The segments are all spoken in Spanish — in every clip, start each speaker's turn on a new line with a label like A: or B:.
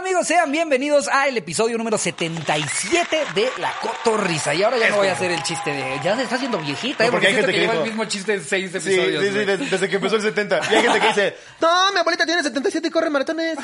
A: amigos, sean bienvenidos al episodio número 77 de La Cotorrisa. Y ahora ya no voy a hacer el chiste de... Ya se está haciendo viejita,
B: No,
A: ¿eh?
B: porque hay gente
A: siento
B: que
A: lleva
B: dijo-
A: el mismo chiste en seis
B: Sí, sí,
A: episodios.
B: sí,
A: güey.
B: desde, desde que empezó el 70. Y hay gente que dice, no, mi abuelita tiene 77 y corre maratones.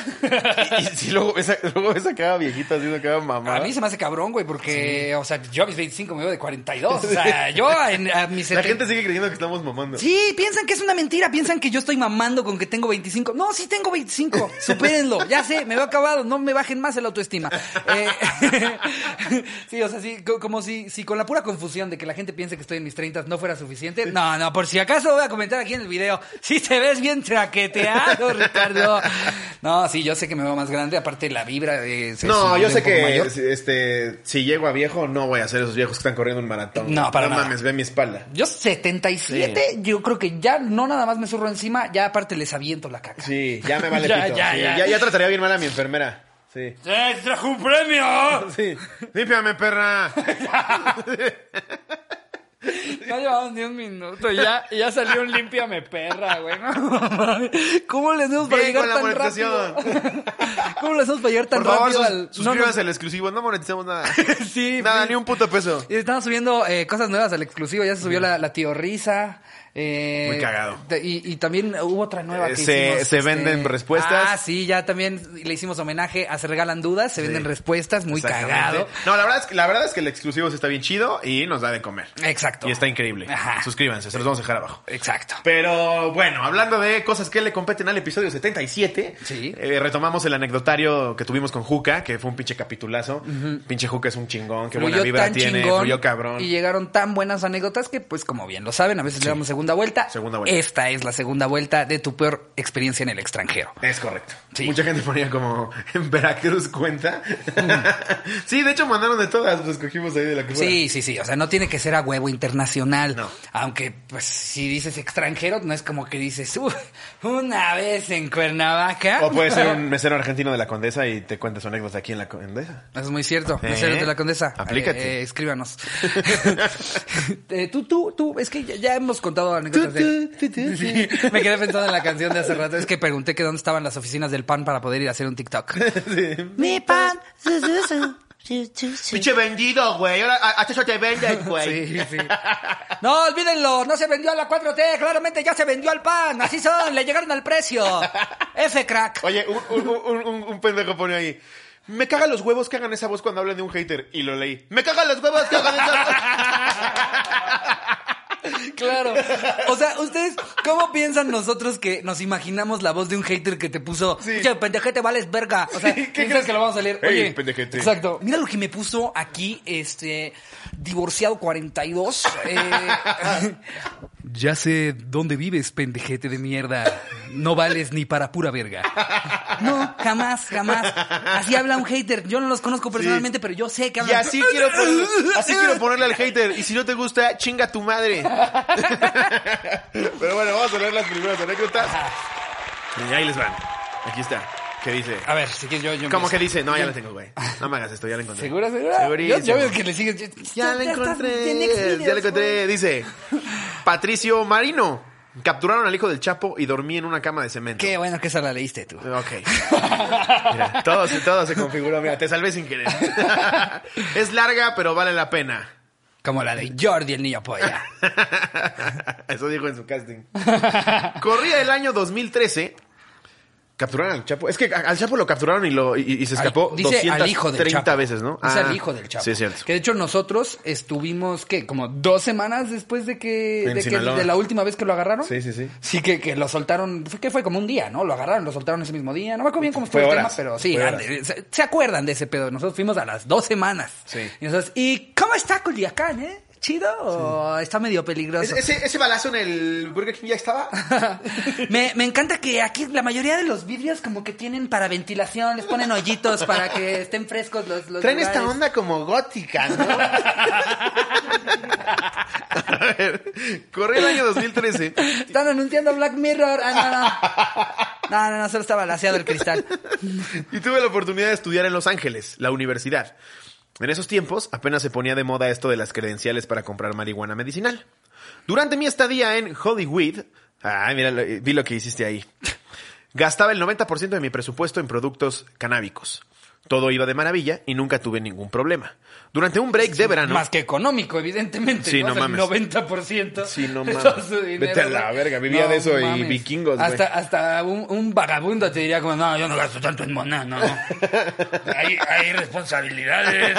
B: Y, y sí, luego ves, a, luego ves a cada viejita haciendo cada mamá.
A: A mí se me hace cabrón, güey, porque, o sea, yo a mis 25 me veo de 42. O sea, yo en- a mis
B: La
A: 70
B: gente sigue creyendo que estamos mamando.
A: Sí, piensan que es una mentira, piensan que yo estoy mamando con que tengo 25. No, sí tengo 25, supérenlo, ya sé, me veo acabado, no me bajen más el autoestima. Eh, sí, o sea, sí, co- como si, si con la pura confusión de que la gente piense que estoy en mis 30 no fuera suficiente. No, no, por si acaso voy a comentar aquí en el video, sí te ves bien traqueteado, Ricardo. No, sí, yo sé que me veo más grande, aparte la vibra eh, se sube
B: No, yo
A: un
B: sé
A: poco
B: que
A: mayor.
B: este, si llego a viejo, no voy a ser esos viejos que están corriendo un maratón.
A: No, para
B: no
A: nada.
B: mames, ve mi espalda.
A: Yo 77, yo creo que ya no nada más me zurro encima, ya aparte les aviento la caca.
B: Sí, ya me vale
A: Ya,
B: pito.
A: ya,
B: Sí,
A: ya.
B: ya, ya trataría bien mal a mi enfermera. Sí.
A: ¡Se trajo un premio!
B: Sí. Límpiame, perra.
A: No llevamos ni un minuto y ya, y ya salió un límpiame perra, güey. No, mames. ¿Cómo le hacemos para
B: Bien
A: llegar
B: con la
A: tan
B: monetización.
A: rápido? ¿Cómo le hacemos para llegar tan
B: Por favor,
A: rápido
B: sus-
A: al... no, no.
B: suscríbase al exclusivo. No monetizamos nada.
A: Sí, pues.
B: nada,
A: please.
B: ni un puto peso.
A: Y estamos subiendo eh, cosas nuevas al exclusivo. Ya se subió la, la tío Risa. eh,
B: Muy cagado.
A: te- Y, y también hubo otra nueva que
B: Eh, se-
A: hicimos,
B: se venden respuestas.
A: Ah, sí, ya también le hicimos homenaje a Se Regalan Dudas. Se venden
B: Sí.
A: respuestas. Muy
B: Exactamente.
A: cagado.
B: No, la verdad, es que, la verdad es que el exclusivo sí está bien chido y nos da de comer.
A: Exacto.
B: Y está increíble.
A: Ajá.
B: Suscríbanse, se los vamos a dejar abajo.
A: Exacto.
B: Pero bueno, hablando de cosas que le competen al episodio 77,
A: Sí.
B: eh, retomamos el anecdotario que tuvimos con Juca, que fue un pinche capitulazo. Pinche Juca es un chingón, que buena
A: Fluyó
B: vibra
A: tan
B: tiene,
A: chingón
B: fluyó cabrón.
A: Y llegaron tan buenas anécdotas que, pues, como bien lo saben, a veces le damos segunda vuelta.
B: Segunda vuelta.
A: Esta es la segunda vuelta de tu peor experiencia en el extranjero.
B: Es correcto.
A: Sí.
B: Mucha gente ponía como en Veracruz cuenta. sí, de hecho mandaron de todas, pues cogimos ahí de la que fuera.
A: Mm. Sí, sí, sí. O sea, no tiene que ser a huevo internacional.
B: No.
A: Aunque, pues, si dices extranjero, no es como que dices, "Uf, una vez en Cuernavaca.
B: O puede ser un mesero argentino de la Condesa y te cuentas su anécdota aquí en la Condesa.
A: Eso es muy cierto.
B: ¿Eh?
A: Meseros de la Condesa.
B: Aplícate.
A: Eh, eh, escríbanos. Eh, tú, tú, tú. Es que ya, ya hemos contado anécdotas de... Sí, me quedé pensando en la canción de hace rato. Es que pregunté que dónde estaban las oficinas del PAN para poder ir a hacer un TikTok.
C: Mi pan. Zu, zu, zu. Zu, zu, zu.
B: Pinche vendido, güey. Ahora hasta eso te venden, güey.
A: Sí, sí. No, olvídenlo. No se vendió a la 4T. Claramente ya se vendió al PAN. Así son. Le llegaron al precio. F crack.
B: Oye, un, un- un- un- un pendejo pone ahí. Me cagan los huevos que hagan esa voz cuando hablan de un hater. Y lo leí. Me cagan los huevos que hagan esa voz.
A: Claro. O sea, ¿ustedes cómo piensan nosotros que nos imaginamos la voz de un hater que te puso,
B: Sí.
A: "Oye, pendejete, vales verga? O sea,
B: Sí, ¿qué
A: ¿qué crees
B: crees?
A: que lo vamos a leer?
B: Hey,
A: Oye,
B: pendejete.
A: Exacto. Mira lo que me puso aquí, este, divorciado 42. eh, ya sé dónde vives, pendejete de mierda. No vales ni para pura verga. No, jamás, jamás. Así habla un hater. Yo no los conozco personalmente, pero yo sé que
B: Y
A: hablan.
B: así quiero, poner- así quiero ponerle al hater. Y si no te gusta, chinga tu madre. Pero bueno, vamos a leer las primeras anécdotas. Y ahí les van. Aquí está. Que dice.
A: A ver, si quieres yo, yo
B: ¿Cómo
A: empiezo.
B: que dice? No, Ah, pues, ya la tengo, güey. No me hagas esto, ya la encontré.
A: ¿Segura, segura? Ah, Yo,
B: Segurísimo.
A: yo veo que le sigues. Ya,
B: Ya la
A: ya estás en
B: encontré.
A: Xvideos,
B: Ya la encontré. Dice Patricio Marino. Capturaron al hijo del Chapo y dormí en una cama de cemento.
A: Qué bueno que esa la leíste tú.
B: Ok. Mira, todo, se- todo se configuró. Mira, te salvé sin querer. es larga, pero vale la pena.
A: Como la de Jordi el niño polla.
B: Eso dijo en su casting. Corría el año 2013. Capturaron al Chapo. Es que a- al Chapo lo capturaron y, lo, y, y se escapó
A: Al- dice al hijo del
B: 230
A: Chapo.
B: veces, ¿no?
A: Dice
B: Ah,
A: al hijo del Chapo.
B: Sí, es cierto.
A: Que de hecho nosotros estuvimos, ¿qué? Como dos semanas después de que, de,
B: En
A: que-
B: Sinaloa.
A: de la última vez que lo agarraron.
B: Sí, sí, sí.
A: Sí, que, que lo soltaron. fue- ¿Qué fue? Como un día, ¿no? Lo agarraron, lo soltaron ese mismo día. No me acuerdo bien cómo estuvo
B: Fue
A: el
B: horas,
A: tema, pero sí.
B: fue horas.
A: ande- se, se acuerdan de ese pedo? Nosotros fuimos a las dos semanas.
B: Sí.
A: Y nosotros, ¿y cómo está Culiacán, eh? ¿Chido o está medio peligroso?
B: ¿Ese, ese- ese balazo en el Burger King ya estaba.
A: me, me encanta que aquí la mayoría de los vidrios como que tienen para ventilación, les ponen hoyitos para que estén frescos los, los
B: Traen
A: lugares.
B: esta onda como gótica, ¿no? A ver, corría el año 2013.
A: Están anunciando Black Mirror. Ah, no, no. No, no, no, solo está balanceado el cristal.
B: Y tuve la oportunidad de estudiar en Los Ángeles, la universidad. En esos tiempos apenas se ponía de moda esto de las credenciales para comprar marihuana medicinal. Durante mi estadía en Hollywood, ay, mira, lo- vi lo que hiciste ahí. Gastaba el 90% de mi presupuesto en productos canábicos. Todo iba de maravilla y nunca tuve ningún problema. Durante un break de verano.
A: Más que económico, evidentemente.
B: Ah, Sí, no
A: O sea,
B: mames.
A: 90%.
B: Sí, no
A: de
B: mames.
A: todo su dinero,
B: Vete a la
A: güey.
B: verga, vivía de eso y
A: mames.
B: vikingos, güey.
A: Hasta, hasta un, un vagabundo te diría como, no, yo no gasto tanto en mona, no. hay, hay responsabilidades.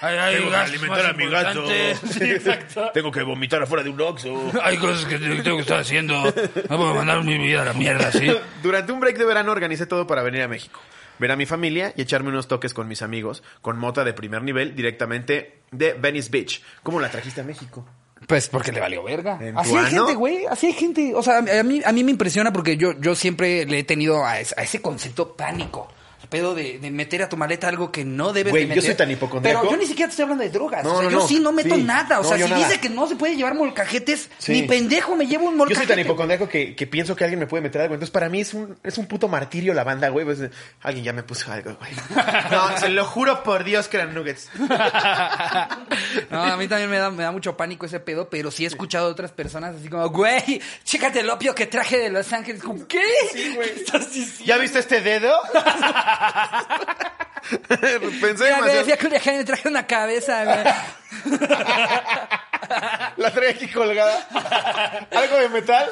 A: Hay, hay
B: Tengo que
A: gastos
B: alimentar
A: más
B: a mi gato.
A: importantes. Sí, exacto.
B: Tengo que vomitar afuera de un Oxxo.
A: Hay cosas que tengo que estar haciendo. No puedo mandar mi vida a la mierda, ¿sí?
B: Durante un break de verano organicé todo para venir a México. Ver a mi familia y echarme unos toques con mis amigos, con mota de primer nivel directamente de Venice Beach. ¿Cómo la trajiste a México?
A: Pues porque le valió verga.
B: ¿En
A: Así
B: tu
A: hay
B: ano?
A: gente, güey. Así hay gente. O sea, a a mí, a mí me impresiona porque yo, yo siempre le he tenido a, es- a ese concepto pánico. Al pedo de, de meter a tu maleta algo que no debes
B: Güey,
A: de
B: yo
A: meter.
B: soy tan hipocondriaco.
A: Pero yo ni siquiera te estoy hablando de drogas.
B: No,
A: o sea,
B: no,
A: yo
B: no.
A: sí no meto
B: Sí.
A: nada. O
B: No,
A: sea,
B: yo
A: si
B: nada.
A: dice que no se puede llevar molcajetes,
B: Sí.
A: ni pendejo me llevo un
B: Yo soy
A: molcajete.
B: tan hipocondriaco que, que pienso que alguien me puede meter algo. Entonces, para mí es un, es un puto martirio la banda, güey. Pues, eh, alguien ya me puso algo, güey. No, se lo juro por Dios que eran nuggets.
A: no, a mí también me da, me da mucho pánico ese pedo, pero sí he escuchado de otras personas así como, güey, chécate el opio que traje de Los Ángeles. Como, ¿Qué?
B: Sí, güey.
A: ¿Qué estás diciendo?
B: ¿Ya viste este dedo? Pensé
A: Mira, güey,
B: demasiado.
A: fui a Culiacán y me traje una cabeza, güey.
B: La trae aquí colgada. ¿Algo de metal?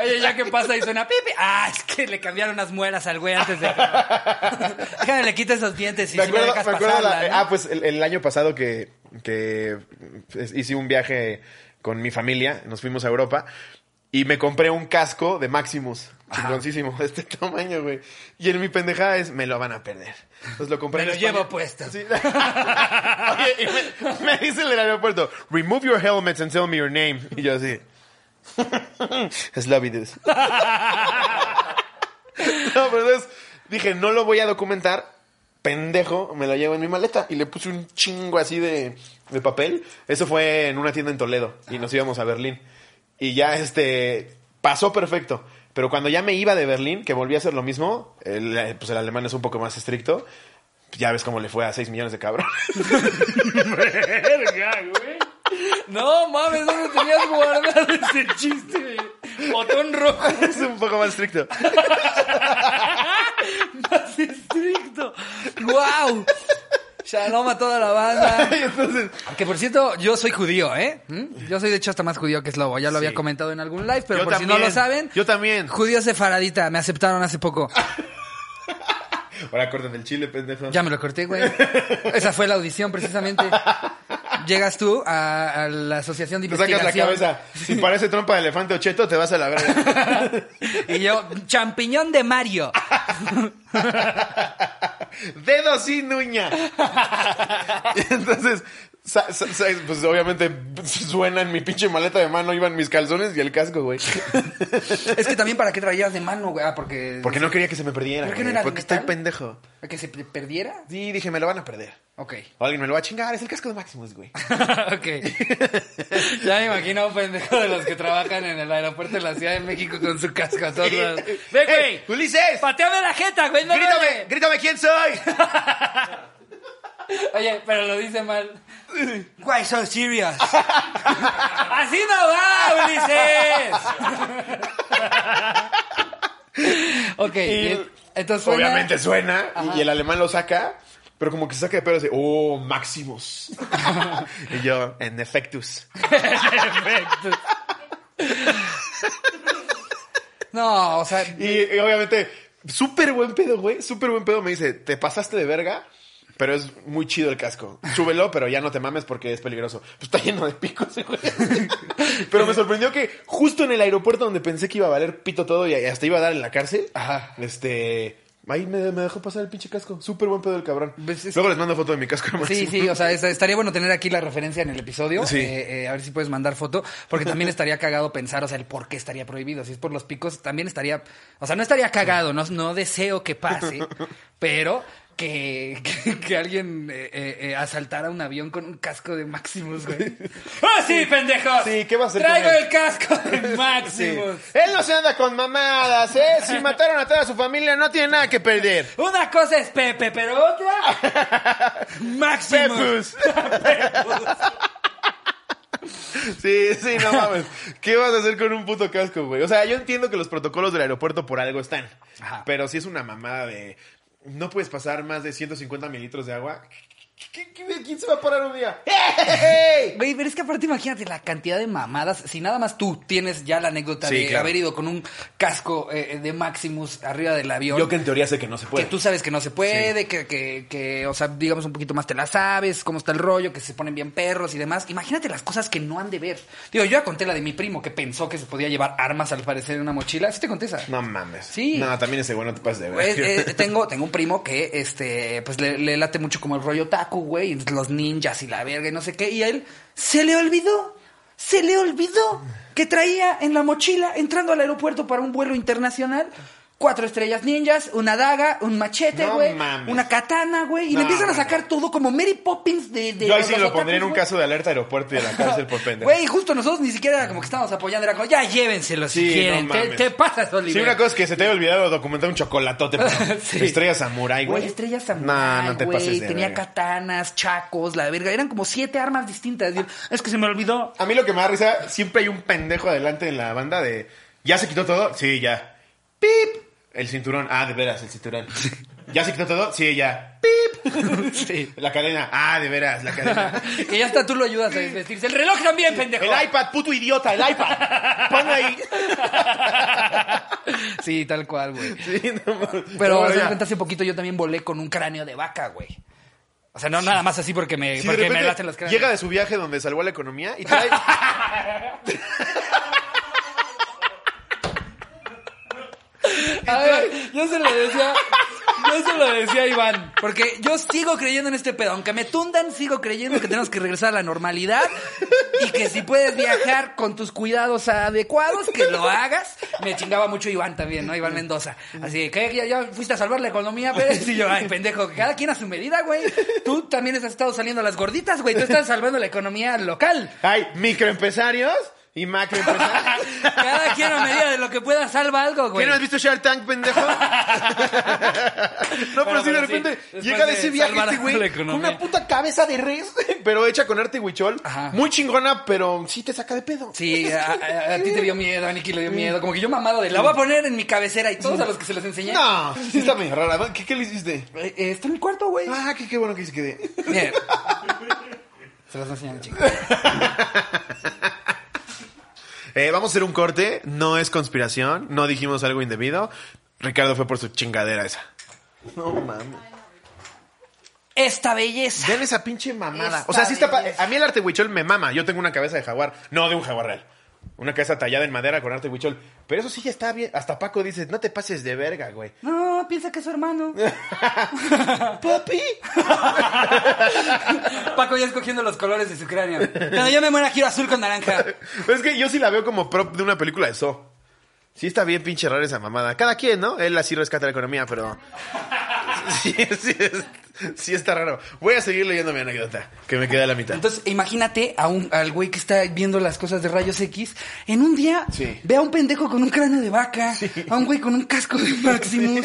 A: Oye, ya que pasa y suena pipi. Ah, es que le cambiaron unas muelas al güey antes de. Déjame le quita esos dientes y
B: me
A: si me
B: acuerdo,
A: dejas
B: me acuerdo
A: pasarla,
B: la-
A: ¿no?
B: Ah, pues el, el año pasado que, que es- hice un viaje con mi familia, nos fuimos a Europa y me compré un casco de Maximus, chingoncísimo, de este tamaño, güey. Y en mi pendejada es, me lo van a perder. Entonces lo compré
A: Me
B: en
A: lo
B: España.
A: llevo puesto.
B: Sí. Oye, y me, me dice el del aeropuerto, remove your helmets and tell me your name. Y yo así. Slavidus. No, pero entonces dije, no lo voy a documentar. Pendejo, me lo llevo en mi maleta. Y le puse un chingo así de, de papel. Eso fue en una tienda en Toledo. Y nos íbamos a Berlín. Y ya este. Pasó perfecto. Pero cuando ya me iba de Berlín, que volví a hacer lo mismo, el, eh, pues el alemán es un poco más estricto. Ya ves cómo le fue a 6 millones de cabrones.
A: No mames, no lo tenías guardado ese chiste, güey. Botón rojo
B: es un poco más estricto.
A: más estricto. ¡Wow! Shalom a toda la banda.
B: Y entonces,
A: Que por cierto, yo soy judío, ¿eh? ¿Mm? Yo soy de hecho hasta más judío que eslobo. Ya lo
B: Sí.
A: había comentado en algún live, pero
B: Yo
A: por si no
B: también.
A: lo saben.
B: Yo también.
A: Judío sefaradita, me aceptaron hace poco.
B: ahora cortan el chile, pendejo.
A: Ya me lo corté, güey. Esa fue la audición, precisamente. Llegas tú a, a la asociación de
B: Te sacas la
A: investigación.
B: cabeza. Si parece trompa de elefante o cheto, te vas a la verga.
A: Y yo, champiñón de Mario.
B: Dedo sin uña. Y entonces, sa- sa- sa- pues obviamente suena en mi pinche maleta de mano, iban mis calzones y el casco, güey.
A: Es que también para qué traías de mano, güey. Ah, porque...
B: Porque no quería que se me perdiera.
A: ¿Pero qué no
B: güey,
A: era de
B: porque estoy
A: metal?
B: pendejo.
A: ¿Para que se pe- perdiera?
B: Sí, dije, me lo van a perder.
A: Ok.
B: O alguien me lo va a chingar, es el casco de Maximus, güey.
A: ok. Ya me imagino un pendejo de los que trabajan en el aeropuerto de la Ciudad de México con su casco a todos lados. ¡Ve,
B: ¡Ey,
A: güey!
B: ¡Ulises!
A: ¡Pateame la jeta, güey! ¡No
B: ¡Grítame!
A: duele!
B: ¡Grítame quién soy!
A: Oye, pero lo dice mal. Why so serious? Así no va, Ulises. ok, bien. entonces suena-
B: Obviamente suena y- y el alemán lo saca, pero como que se saca de pedo y dice, oh, Maximus. y yo, en efectus.
A: Perfecto. No, o sea,
B: Y, y obviamente, súper buen pedo, güey, súper buen pedo. Me dice, te pasaste de verga, pero es muy chido el casco. Súbelo, pero ya no te mames porque es peligroso. Pues está lleno de picos, güey. pero me sorprendió que justo en el aeropuerto donde pensé que iba a valer pito todo y hasta iba a dar en la cárcel,
A: Ajá.
B: este... Ahí me, me dejó pasar el pinche casco. Súper buen pedo el cabrón.
A: Pues es-
B: Luego les mando foto de mi casco.
A: sí,
B: Maximus.
A: sí, o sea, esta- estaría bueno tener aquí la referencia en el episodio.
B: Sí.
A: Eh, eh, a ver si puedes mandar foto, porque también estaría cagado pensar, o sea, el por qué estaría prohibido. Si es por los picos, también estaría, o sea, no estaría cagado, no, no deseo que pase, pero que, que, que alguien eh, eh, eh, asaltara un avión con un casco de Maximus, güey. ¡Ah, sí, pendejos!
B: Sí, ¿qué va a hacer
A: Traigo
B: con él?
A: el casco de
B: Sí.
A: Maximus.
B: Él no se anda con mamadas, ¿eh? Si mataron a toda su familia, no tiene nada que perder.
A: Una cosa es Pepe, pero otra. Máximo.
B: Pepus. Sí, sí, no mames. ¿Qué vas a hacer con un puto casco, güey? O sea, yo entiendo que los protocolos del aeropuerto por algo están.
A: Ajá.
B: Pero sí es una mamada de. No puedes pasar más de 150 mililitros de agua. ¿Qué- qué- quién se va a parar un día? ¡Ey!
A: Güey, pero es que aparte imagínate la cantidad de mamadas. Si nada más tú tienes ya la anécdota
B: Sí,
A: de
B: claro.
A: haber ido con un casco eh, de Maximus arriba del avión.
B: Yo que pues, en teoría sé que no se puede.
A: Que tú sabes que no se puede, que, que, que, o sea, digamos un poquito más te la sabes, cómo está el rollo, que se ponen bien perros y demás. Imagínate las cosas que no han de ver. Digo, yo ya conté la de mi primo que pensó que se podía llevar armas al parecer en una mochila. ¿Sí te conté esa?
B: No mames.
A: Sí.
B: No, también ese güey no te pases de ver.
A: Pues, eh, tengo, tengo un primo que este, pues le, le late mucho como el rollo taco, güey, y los ninjas y la verga y no sé qué. Y a él se le olvidó, se le olvidó que traía en la mochila, entrando al aeropuerto para un vuelo internacional, cuatro estrellas ninjas, una daga, un machete,
B: No
A: güey,
B: mames.
A: una katana, güey, y
B: No,
A: le empiezan a
B: bueno.
A: sacar todo como Mary Poppins de. de
B: yo ahí
A: los
B: sí lo
A: otakus,
B: pondría en un
A: güey.
B: caso de alerta aeropuerto y de la cárcel por pendejo.
A: Güey, justo nosotros ni siquiera era como que estábamos apoyando, era como, ya llévenselo si
B: Sí,
A: quieren.
B: no
A: te,
B: mames.
A: te pasas, Oliver.
B: Sí, una cosa es que se te haya olvidado documentar un chocolatote. pero
A: Sí.
B: Estrella Samurai, güey.
A: Güey, estrella samurai,
B: No, no te
A: güey,
B: pases de
A: Tenía
B: verga.
A: katanas, chacos, la verga. Eran como siete armas distintas. Y yo, es que se me olvidó.
B: A mí lo que me da risa, siempre hay un pendejo adelante en la banda de. ¿Ya se quitó todo? Sí, ya. ¡Pip! El cinturón. Ah, de veras, el cinturón. ¿Ya se quitó todo? Sí, ya. ¡Pip!
A: Sí.
B: La cadena. Ah, de veras, la cadena.
A: Que ya hasta tú lo ayudas a desvestirse. El reloj también, pendejo.
B: El iPad, puto idiota, el iPad. Ponlo ahí.
A: Sí, tal cual, güey.
B: Sí, no mames.
A: Pero
B: Ahora
A: haz de
B: ya.
A: cuenta, hace poquito yo también volé con un cráneo de vaca, güey. O sea, no nada más así porque me,
B: Sí, de
A: porque me
B: repente
A: laten los cráneos.
B: Llega de su viaje donde salvó la economía y trae.
A: A ver, yo se lo decía. Yo se lo decía a Iván, porque yo sigo creyendo en este pedo. Aunque me tundan, sigo creyendo que tenemos que regresar a la normalidad y que si puedes viajar con tus cuidados adecuados, que lo hagas. Me chingaba mucho Iván también, ¿no? Iván Mendoza. Así que ya, ya fuiste a salvar la economía, Pérez. Y yo, ay, pendejo, que cada quien a su medida, güey. Tú también has estado saliendo a las gorditas, güey. Tú estás salvando la economía local.
B: Hay microempresarios y macroempresarios.
A: Cada quien a medida de lo que pueda salva algo, güey.
B: ¿Qué no has visto Shark Tank, pendejo? no, pero,
A: Bueno,
B: sí, de
A: pero
B: repente
A: sí, después
B: llega de
A: de
B: ese viaje
A: salvar
B: este
A: a
B: güey
A: la
B: con
A: economía.
B: una puta cabeza de res, pero hecha con arte huichol.
A: Ajá.
B: Muy chingona, pero sí te saca de pedo.
A: Sí, a, a- a ti te dio miedo, a Nicky le dio miedo. Como que yo mamado de la voy a poner en mi cabecera y todos a los que se los enseñé.
B: No, sí está medio rara. ¿Qué, qué le hiciste?
A: Eh, eh, está en mi cuarto, güey.
B: Ah, qué, qué bueno que se quede.
A: Miren. Se los voy a enseñar, chicos.
B: Eh, vamos a hacer un corte. No es conspiración. No dijimos algo indebido. Ricardo fue por su chingadera esa. No mames.
A: Esta belleza.
B: Vean esa pinche mamada.
A: Esta
B: o sea, sí está. pa-
A: belleza.
B: A mí el arte huichol me mama. Yo tengo una cabeza de jaguar. No, de un jaguar real. Una cabeza tallada en madera con arte huichol. Pero eso sí ya está bien. Hasta Paco dice, no te pases de verga, güey.
A: No, piensa que es su hermano.
B: Papi.
A: Paco ya escogiendo los colores de su cráneo. Cuando yo me muera, quiero azul con naranja.
B: Pero es que yo sí la veo como prop de una película de Saw. Sí está bien pinche rara esa mamada. Cada quien, ¿no? Él así rescata la economía, pero... Sí, sí, es- sí está raro. Voy a seguir leyendo mi anécdota, que me queda a la mitad.
A: Entonces, imagínate a un, al güey que está viendo las cosas de rayos X. En un día,
B: Sí.
A: ve a un pendejo con un cráneo de vaca, a un güey con un casco de Maximus.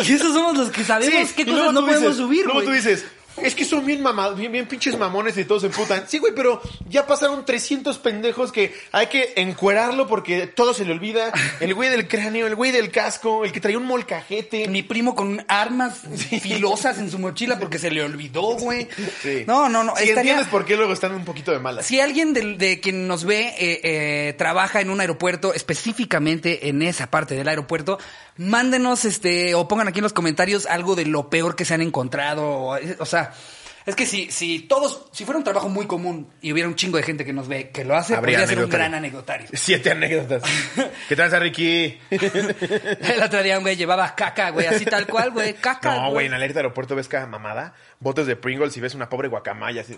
A: Y esos somos los que sabemos
B: Sí,
A: qué
B: y luego
A: cosas no
B: tú
A: podemos
B: dices-
A: subir,
B: Luego
A: güey.
B: tú dices, es que son bien mamados, bien, bien pinches mamones y todos se putan. Sí, güey, pero ya pasaron 300 pendejos que hay que encuerarlo porque todo se le olvida. El güey del cráneo, el güey del casco, el que traía un molcajete.
A: Mi primo con armas filosas en su mochila porque se le olvidó, güey.
B: Sí.
A: No, no, no.
B: Si
A: estaría-
B: entiendes por qué luego están un poquito de malas.
A: Si alguien del- de, quien nos ve eh, eh, trabaja en un aeropuerto, específicamente en esa parte del aeropuerto, mándenos este o pongan aquí en los comentarios algo de lo peor que se han encontrado. O, eh, o sea, es que si, si todos, si fuera un trabajo muy común y hubiera un chingo de gente que nos ve que lo hace,
B: Habría
A: podría ser un
B: anecdotario.
A: gran anecdotario.
B: Siete anécdotas. ¿Qué tranza, Ricky?
A: El otro día, güey, llevaba caca, güey, así tal cual, güey, caca.
B: No, güey, en alerta aeropuerto ves cada mamada, botes de Pringles y ves una pobre guacamaya así.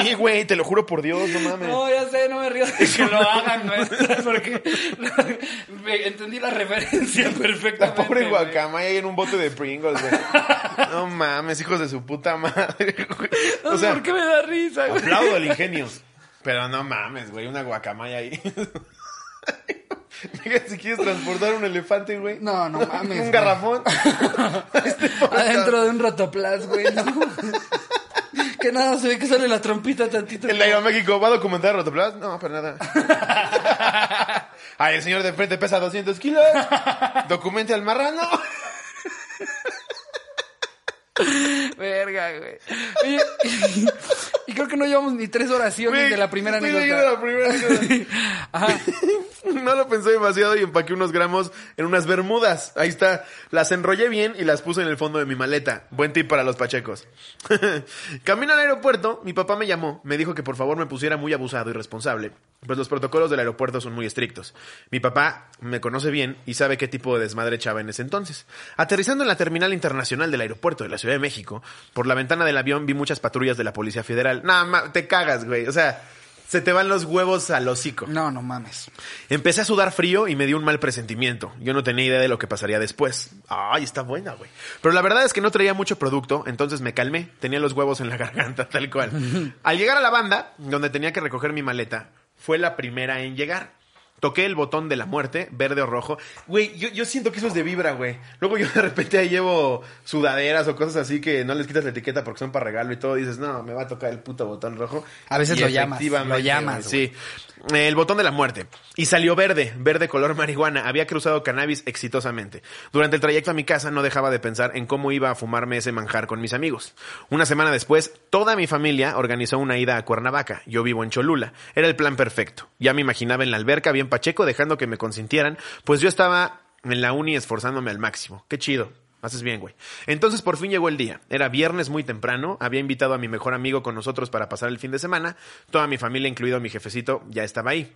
B: Sí, güey, te lo juro por Dios, no mames.
A: No, ya sé, no me río de que lo hagan, güey. Porque me entendí la referencia
B: La
A: perfectamente.
B: pobre
A: güey.
B: guacamaya ahí en un bote de Pringles, güey. No mames, hijos de su puta madre, güey.
A: No
B: O
A: sé
B: sea,
A: ¿Por qué me da risa, güey?
B: aplaudo el ingenio. Pero no mames, güey, una guacamaya ahí. Mira, si quieres transportar un elefante, güey.
A: No, no mames,
B: Un
A: güey.
B: garrafón. Este pobre
A: Adentro de un rotoplas, güey, ¿no? que nada, se ve que sale la trompita tantito.
B: El de Iron México va a documentar Rotoplas. No, para nada. Ay, el señor de frente pesa 200 kilos. Documente al marrano.
A: Verga, güey. Oye, y creo que no llevamos ni tres oraciones
B: Güey,
A: de la primera
B: estoy
A: anécdota.
B: leyendo la primera anécdota.
A: Ajá.
B: No lo pensé demasiado y empaqué unos gramos en unas bermudas. Ahí está. Las enrollé bien y las puse en el fondo de mi maleta. Buen tip para los pachecos. Camino al aeropuerto, mi papá me llamó. Me dijo que por favor me pusiera muy abusado y responsable, pues los protocolos del aeropuerto son muy estrictos. Mi papá me conoce bien y sabe qué tipo de desmadre echaba en ese entonces. Aterrizando en la terminal internacional del aeropuerto de la Ciudad de México, por la ventana del avión vi muchas patrullas de la Policía Federal. Nada más, te cagas, güey. O sea, se te van los huevos al hocico.
A: No, no mames.
B: Empecé a sudar frío y me dio un mal presentimiento. Yo no tenía idea de lo que pasaría después. Ay, está buena, güey. Pero la verdad es que no traía mucho producto, entonces me calmé. Tenía los huevos en la garganta, tal cual. Al llegar a la banda, donde tenía que recoger mi maleta, fue la primera en llegar. Toqué el botón de la muerte, verde o rojo. Güey, yo, yo siento que eso es de vibra, güey. Luego yo de repente ahí llevo sudaderas o cosas así que no les quitas la etiqueta porque son para regalo y todo. dices, no, me va a tocar el puto botón rojo.
A: A veces
B: Y
A: lo llamas, lo
B: efectivamente,
A: llamas,
B: güey, Sí, Sí. El botón de la muerte. Y salió verde, verde color marihuana. Había cruzado cannabis exitosamente. Durante el trayecto a mi casa no dejaba de pensar en cómo iba a fumarme ese manjar con mis amigos. Una semana después, toda mi familia organizó una ida a Cuernavaca. Yo vivo en Cholula. Era el plan perfecto. Ya me imaginaba en la alberca bien pacheco dejando que me consintieran, pues yo estaba en la uni esforzándome al máximo. Qué chido. Haces bien, güey. Entonces por fin llegó el día. Era viernes muy temprano. Había invitado a mi mejor amigo con nosotros para pasar el fin de semana. Toda mi familia, incluido mi jefecito, ya estaba ahí.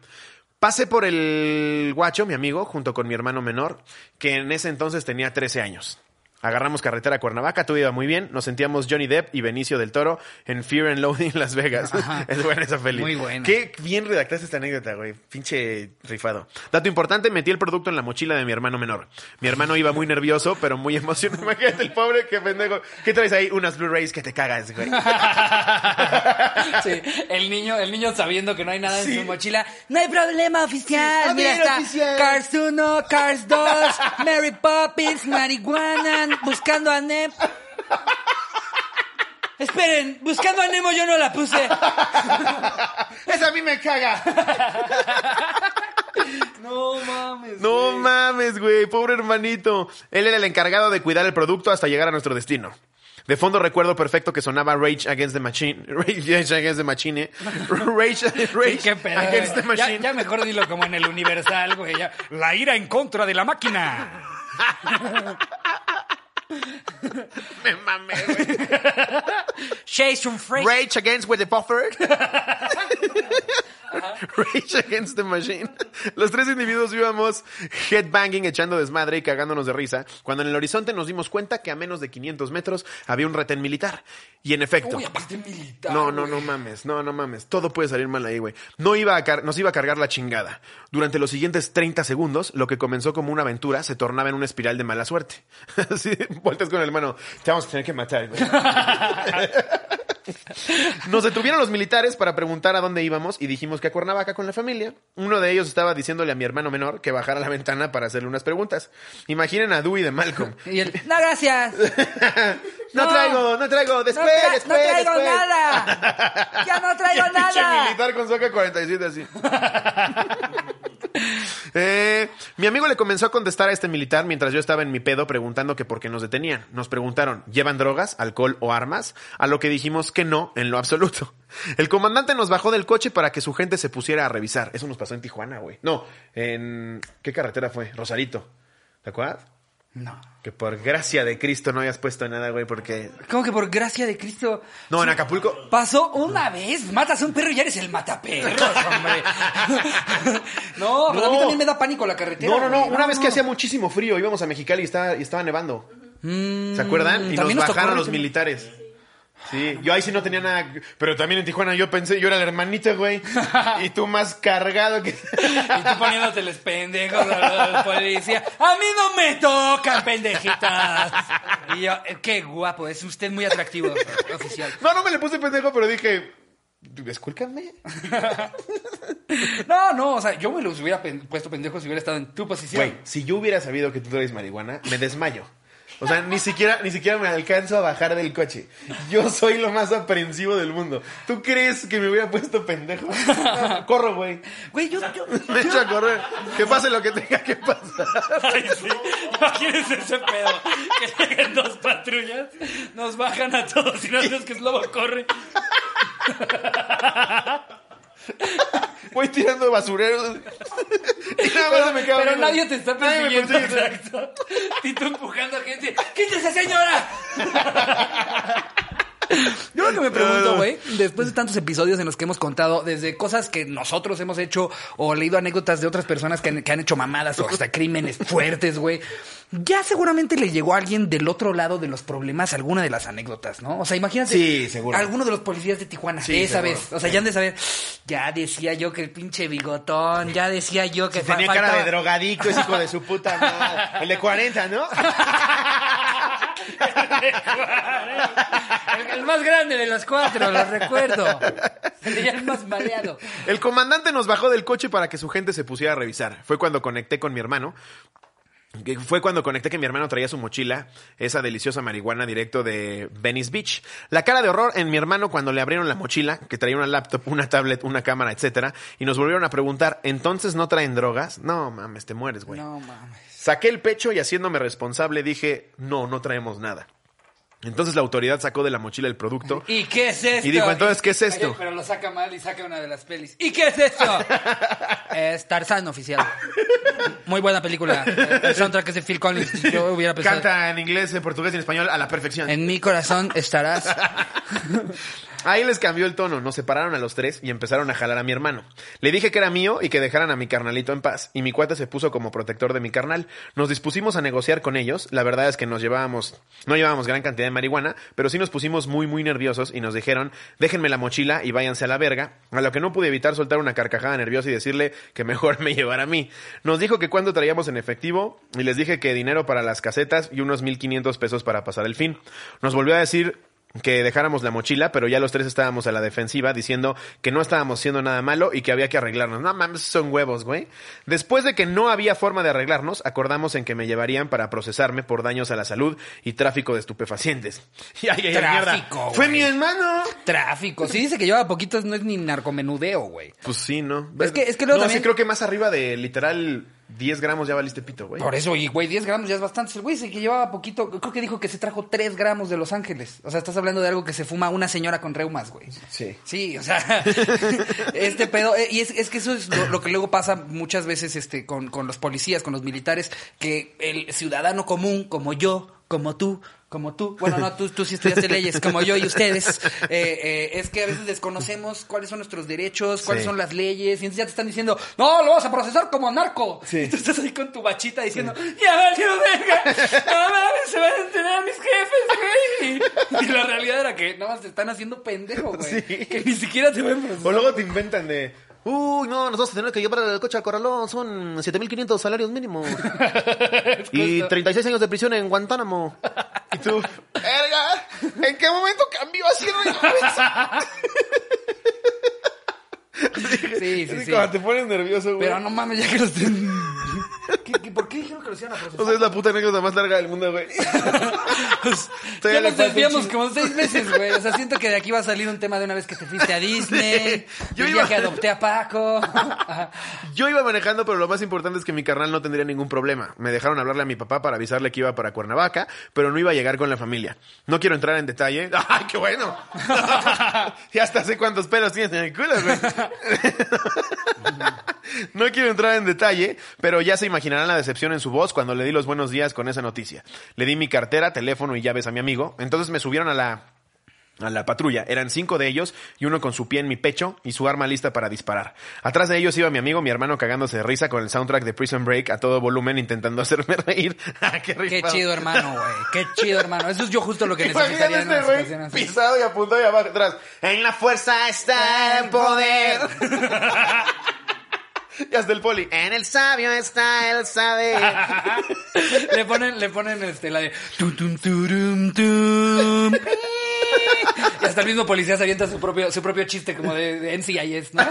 B: Pasé por el guacho, mi amigo, junto con mi hermano menor, que en ese entonces tenía 13 años. Agarramos carretera a Cuernavaca, todo iba muy bien. Nos sentíamos Johnny Depp y Benicio del Toro en Fear and Loading Las Vegas. Es buena esa feliz.
A: Muy buena.
B: Qué bien redactaste esta anécdota, güey. Pinche rifado. Dato importante, metí el producto en la mochila de mi hermano menor. Mi hermano iba muy nervioso, pero muy emocionado. Imagínate el pobre, qué pendejo. ¿Qué traes ahí? Unas Blu-rays que te cagas, güey.
A: Sí, el niño, el niño sabiendo que no hay nada
B: Sí.
A: en su mochila. No hay problema oficial.
B: Sí, a
A: Mira,
B: ver,
A: está
B: oficial.
A: Cars 1, Cars 2, Mary Poppins, marihuana, buscando a Nemo. Esperen, buscando a Nemo yo no la puse.
B: ¡Esa a mí me caga!
A: No mames.
B: No mames, güey. Pobre hermanito. Él era el encargado de cuidar el producto hasta llegar a nuestro destino. De fondo recuerdo perfecto que sonaba Rage Against the Machine. Rage Against the Machine. eh. Rage, Rage
A: Qué pedo,
B: Against the
A: güey. Ya-
B: Machine.
A: Ya, mejor dilo como en el Universal, güey. ya. La ira en contra de la máquina.
B: Me mamé, güey.
A: Jason Freak.
B: Rage Against with the Buffer. Rage Against the Machine. Los tres individuos íbamos headbanging, echando desmadre y cagándonos de risa, cuando en el horizonte nos dimos cuenta que a menos de 500 metros había un retén militar. Y en efecto...
A: Uy, aparte militar.
B: No, no,
A: güey.
B: no mames, no, no mames. Todo puede salir mal ahí, güey. No iba a car- nos iba a cargar la chingada. Durante los siguientes 30 segundos, lo que comenzó como una aventura se tornaba en una espiral de mala suerte. Así, vueltas con el hermano. Te vamos a tener que matar, güey. Nos detuvieron los militares para preguntar a dónde íbamos y dijimos que a Cuernavaca con la familia. Uno de ellos estaba diciéndole a mi hermano menor que bajara a la ventana para hacerle unas preguntas. Imaginen a Dewey de Malcolm.
A: Y él, no, gracias.
B: No,
A: No.
B: traigo, no traigo, después,
A: no, tra- no
B: después,
A: traigo
B: después.
A: nada. Ya no traigo
B: El pinche
A: nada.
B: militar con soca 47 así. Eh, mi amigo le comenzó a contestar a este militar mientras yo estaba en mi pedo preguntando que por qué nos detenían. Nos preguntaron, ¿llevan drogas, alcohol o armas? A lo que dijimos que no, en lo absoluto. El comandante nos bajó del coche para que su gente se pusiera a revisar. Eso nos pasó en Tijuana, güey. No, en... ¿Qué carretera fue? Rosarito. ¿Te acuerdas?
A: No.
B: Que por gracia de Cristo no hayas puesto nada, güey, porque...
A: ¿Cómo que por gracia de Cristo?
B: No, en Acapulco...
A: Pasó una vez, matas a un perro y ya eres el mataperros, hombre. no, pero a mí
B: No.
A: también me da pánico la carretera.
B: No, no, no.
A: güey.
B: Una vez que hacía muchísimo frío, íbamos a Mexicali y estaba, y estaba nevando. ¿Se acuerdan? Y nos
A: Mm, también nos tocó
B: bajaron los
A: ahorita.
B: militares. Sí, yo ahí sí no tenía nada. Pero también en Tijuana yo pensé, yo era el hermanito, güey. Y tú más cargado que.
A: Y tú poniéndoteles pendejos a los policías. ¡A mí no me tocan, pendejitas! Y yo, eh, qué guapo, es usted muy atractivo, oficial.
B: No, no me le puse pendejo, pero dije. Escúlcame.
A: No, no, o sea, yo me los hubiera pen- puesto pendejos si hubiera estado en tu posición.
B: Güey, si yo hubiera sabido que tú traes marihuana, me desmayo. O sea, ni siquiera, ni siquiera me alcanzo a bajar del coche. Yo soy lo más aprensivo del mundo. ¿Tú crees que me hubiera puesto pendejo? No, corro, güey.
A: Güey, yo, yo,
B: Me echo a correr. Que pase lo que tenga que pasar.
A: Ay, sí. Imagínense ese pedo. Que lleguen dos patrullas, nos bajan a todos y no sabes que Slobo corre.
B: Voy tirando basureros. Y nada más se me cago
A: Pero
B: viendo.
A: nadie te está
B: Nadie me
A: persiguiendo.
B: persigue.
A: Exacto. Y tú empujando a gente. ¡Quítese, señora! Yo lo que me pregunto, güey, después de tantos episodios en los que hemos contado, desde cosas que nosotros hemos hecho o leído anécdotas de otras personas que han, que han hecho mamadas o hasta crímenes fuertes, güey, ya seguramente le llegó a alguien del otro lado de los problemas alguna de las anécdotas, ¿no? O sea, imagínate.
B: Sí, seguro.
A: Alguno de los policías de Tijuana,
B: Sí,
A: de esa
B: seguro.
A: vez. O sea, ya han de saber. Ya decía yo que el pinche bigotón, ya decía yo que. fa-
B: Tenía cara de
A: faltaba-
B: drogadicto, ese hijo de su puta madre. El de 40, ¿no?
A: El, el más grande de los cuatro, lo recuerdo. Sería el más mareado.
B: El comandante nos bajó del coche para que su gente se pusiera a revisar. Fue cuando conecté con mi hermano. que Fue cuando conecté que mi hermano traía su mochila, esa deliciosa marihuana directo de Venice Beach. La cara de horror en mi hermano cuando le abrieron la mochila, que traía una laptop, una tablet, una cámara, etcétera, y nos volvieron a preguntar, ¿entonces no traen drogas? No mames, te mueres, güey.
A: No mames.
B: Saqué el pecho y haciéndome responsable dije, no, no traemos nada. Entonces la autoridad sacó de la mochila el producto.
A: ¿Y qué es esto?
B: Y dijo, entonces, ¿qué es esto?
A: Oye, pero lo saca mal y saca una de las pelis. ¿Y qué es esto? es Tarzán oficial. Muy buena película. El soundtrack es de Phil Collins. Yo hubiera pensado.
B: Canta en inglés, en portugués y en español a la perfección.
A: En mi corazón estarás.
B: Ahí les cambió el tono, nos separaron a los tres y empezaron a jalar a mi hermano. Le dije que era mío y que dejaran a mi carnalito en paz, y mi cuate se puso como protector de mi carnal. Nos dispusimos a negociar con ellos, la verdad es que nos llevábamos, no llevábamos gran cantidad de marihuana, pero sí nos pusimos muy muy nerviosos y nos dijeron, déjenme la mochila y váyanse a la verga, a lo que no pude evitar soltar una carcajada nerviosa y decirle que mejor me llevara a mí. Nos dijo que cuánto traíamos en efectivo y les dije que dinero para las casetas y unos 1500 pesos para pasar el fin. Nos volvió a decir que dejáramos la mochila, pero ya los tres estábamos a la defensiva diciendo que no estábamos haciendo nada malo y que había que arreglarnos. No mames, son huevos, güey. Después de que no había forma de arreglarnos, acordamos en que me llevarían para procesarme por daños a la salud y tráfico de estupefacientes. Y ay, ay, ay, mierda.
A: Tráfico,
B: Fue
A: güey.
B: mi hermano.
A: Tráfico. Si dice que lleva poquitos, no es ni narcomenudeo, güey.
B: Pues sí, no.
A: Es que- es que luego
B: no,
A: también-
B: sí creo que más arriba de literal 10 gramos ya valiste pito, güey.
A: Por eso, y güey, 10 gramos ya es bastante. El güey dice que llevaba poquito. Creo que dijo que se trajo 3 gramos de Los Ángeles. O sea, estás hablando de algo que se fuma una señora con reumas, güey.
B: Sí.
A: Sí, o sea, este pedo. eh, Y es, es que eso es lo, lo que luego pasa muchas veces este, con, con los policías, con los militares, que el ciudadano común, como yo, como tú, como tú, bueno, no, tú, tú sí estudiaste leyes, como yo y ustedes, eh, eh, es que a veces desconocemos cuáles son nuestros derechos, cuáles
B: Sí.
A: son las leyes, y entonces ya te están diciendo, no, lo vas a procesar como narco.
B: Sí.
A: Y tú estás ahí con tu bachita diciendo, ya valió verga, no mames, se van a enterar mis jefes, güey. Y la realidad era que nada más te están haciendo pendejo, güey.
B: Sí.
A: Que ni siquiera te ven pues. procesar.
B: O luego te inventan de... Uy, no, nos vamos a tener que llevar al coche al corralón. Son 7.500 salarios mínimos. y 36 años de prisión en Guantánamo. Y tú... ¡Verga! ¿En qué momento cambió así?
A: Sí, sí, sí.
B: Cuando te pones nervioso, güey.
A: Pero no mames, ya que los... ¿Qué- qué- por qué dijeron que los iban a
B: O
A: procesar?
B: sea, es la puta anécdota más larga del mundo, güey.
A: ya
B: le
A: nos
B: falta un
A: desviamos
B: chingo.
A: como seis meses, güey. O sea, siento que de aquí va a salir un tema de una vez que te fuiste a Disney,
B: Sí.
A: yo
B: Yo
A: el
B: iba-
A: día que adopté a Paco. Ajá.
B: Yo iba manejando, pero lo más importante es que mi carnal no tendría ningún problema. Me dejaron hablarle a mi papá para avisarle que iba para Cuernavaca, pero no iba a llegar con la familia. No quiero entrar en detalle. ¡Ay, qué bueno! ya hasta sé cuántos pelos tienes en el culo, güey. No quiero entrar en detalle, pero ya se imaginarán la decepción en su voz cuando le di los buenos días con esa noticia. Le di mi cartera, teléfono y llaves a mi amigo. Entonces me subieron a la a la patrulla. Eran cinco de ellos y uno con su pie en mi pecho y su arma lista para disparar. Atrás de ellos iba mi amigo, mi hermano cagándose de risa con el soundtrack de Prison Break a todo volumen intentando hacerme reír. Ah, ¡Qué,
A: Qué
B: rifado.
A: chido, hermano, güey. Qué chido, hermano. Eso es yo justo lo que
B: Imagínate
A: necesitaría en una
B: este
A: situación
B: güey
A: así.
B: pisado y apuntado y abajo atrás. En la fuerza está el poder. y hasta el poli. En el sabio está el saber.
A: le ponen, le ponen este, la de tum, tum, turum, tum, pi. Y hasta el mismo policía se avienta su propio, su propio chiste como de, de NCIS, ¿no?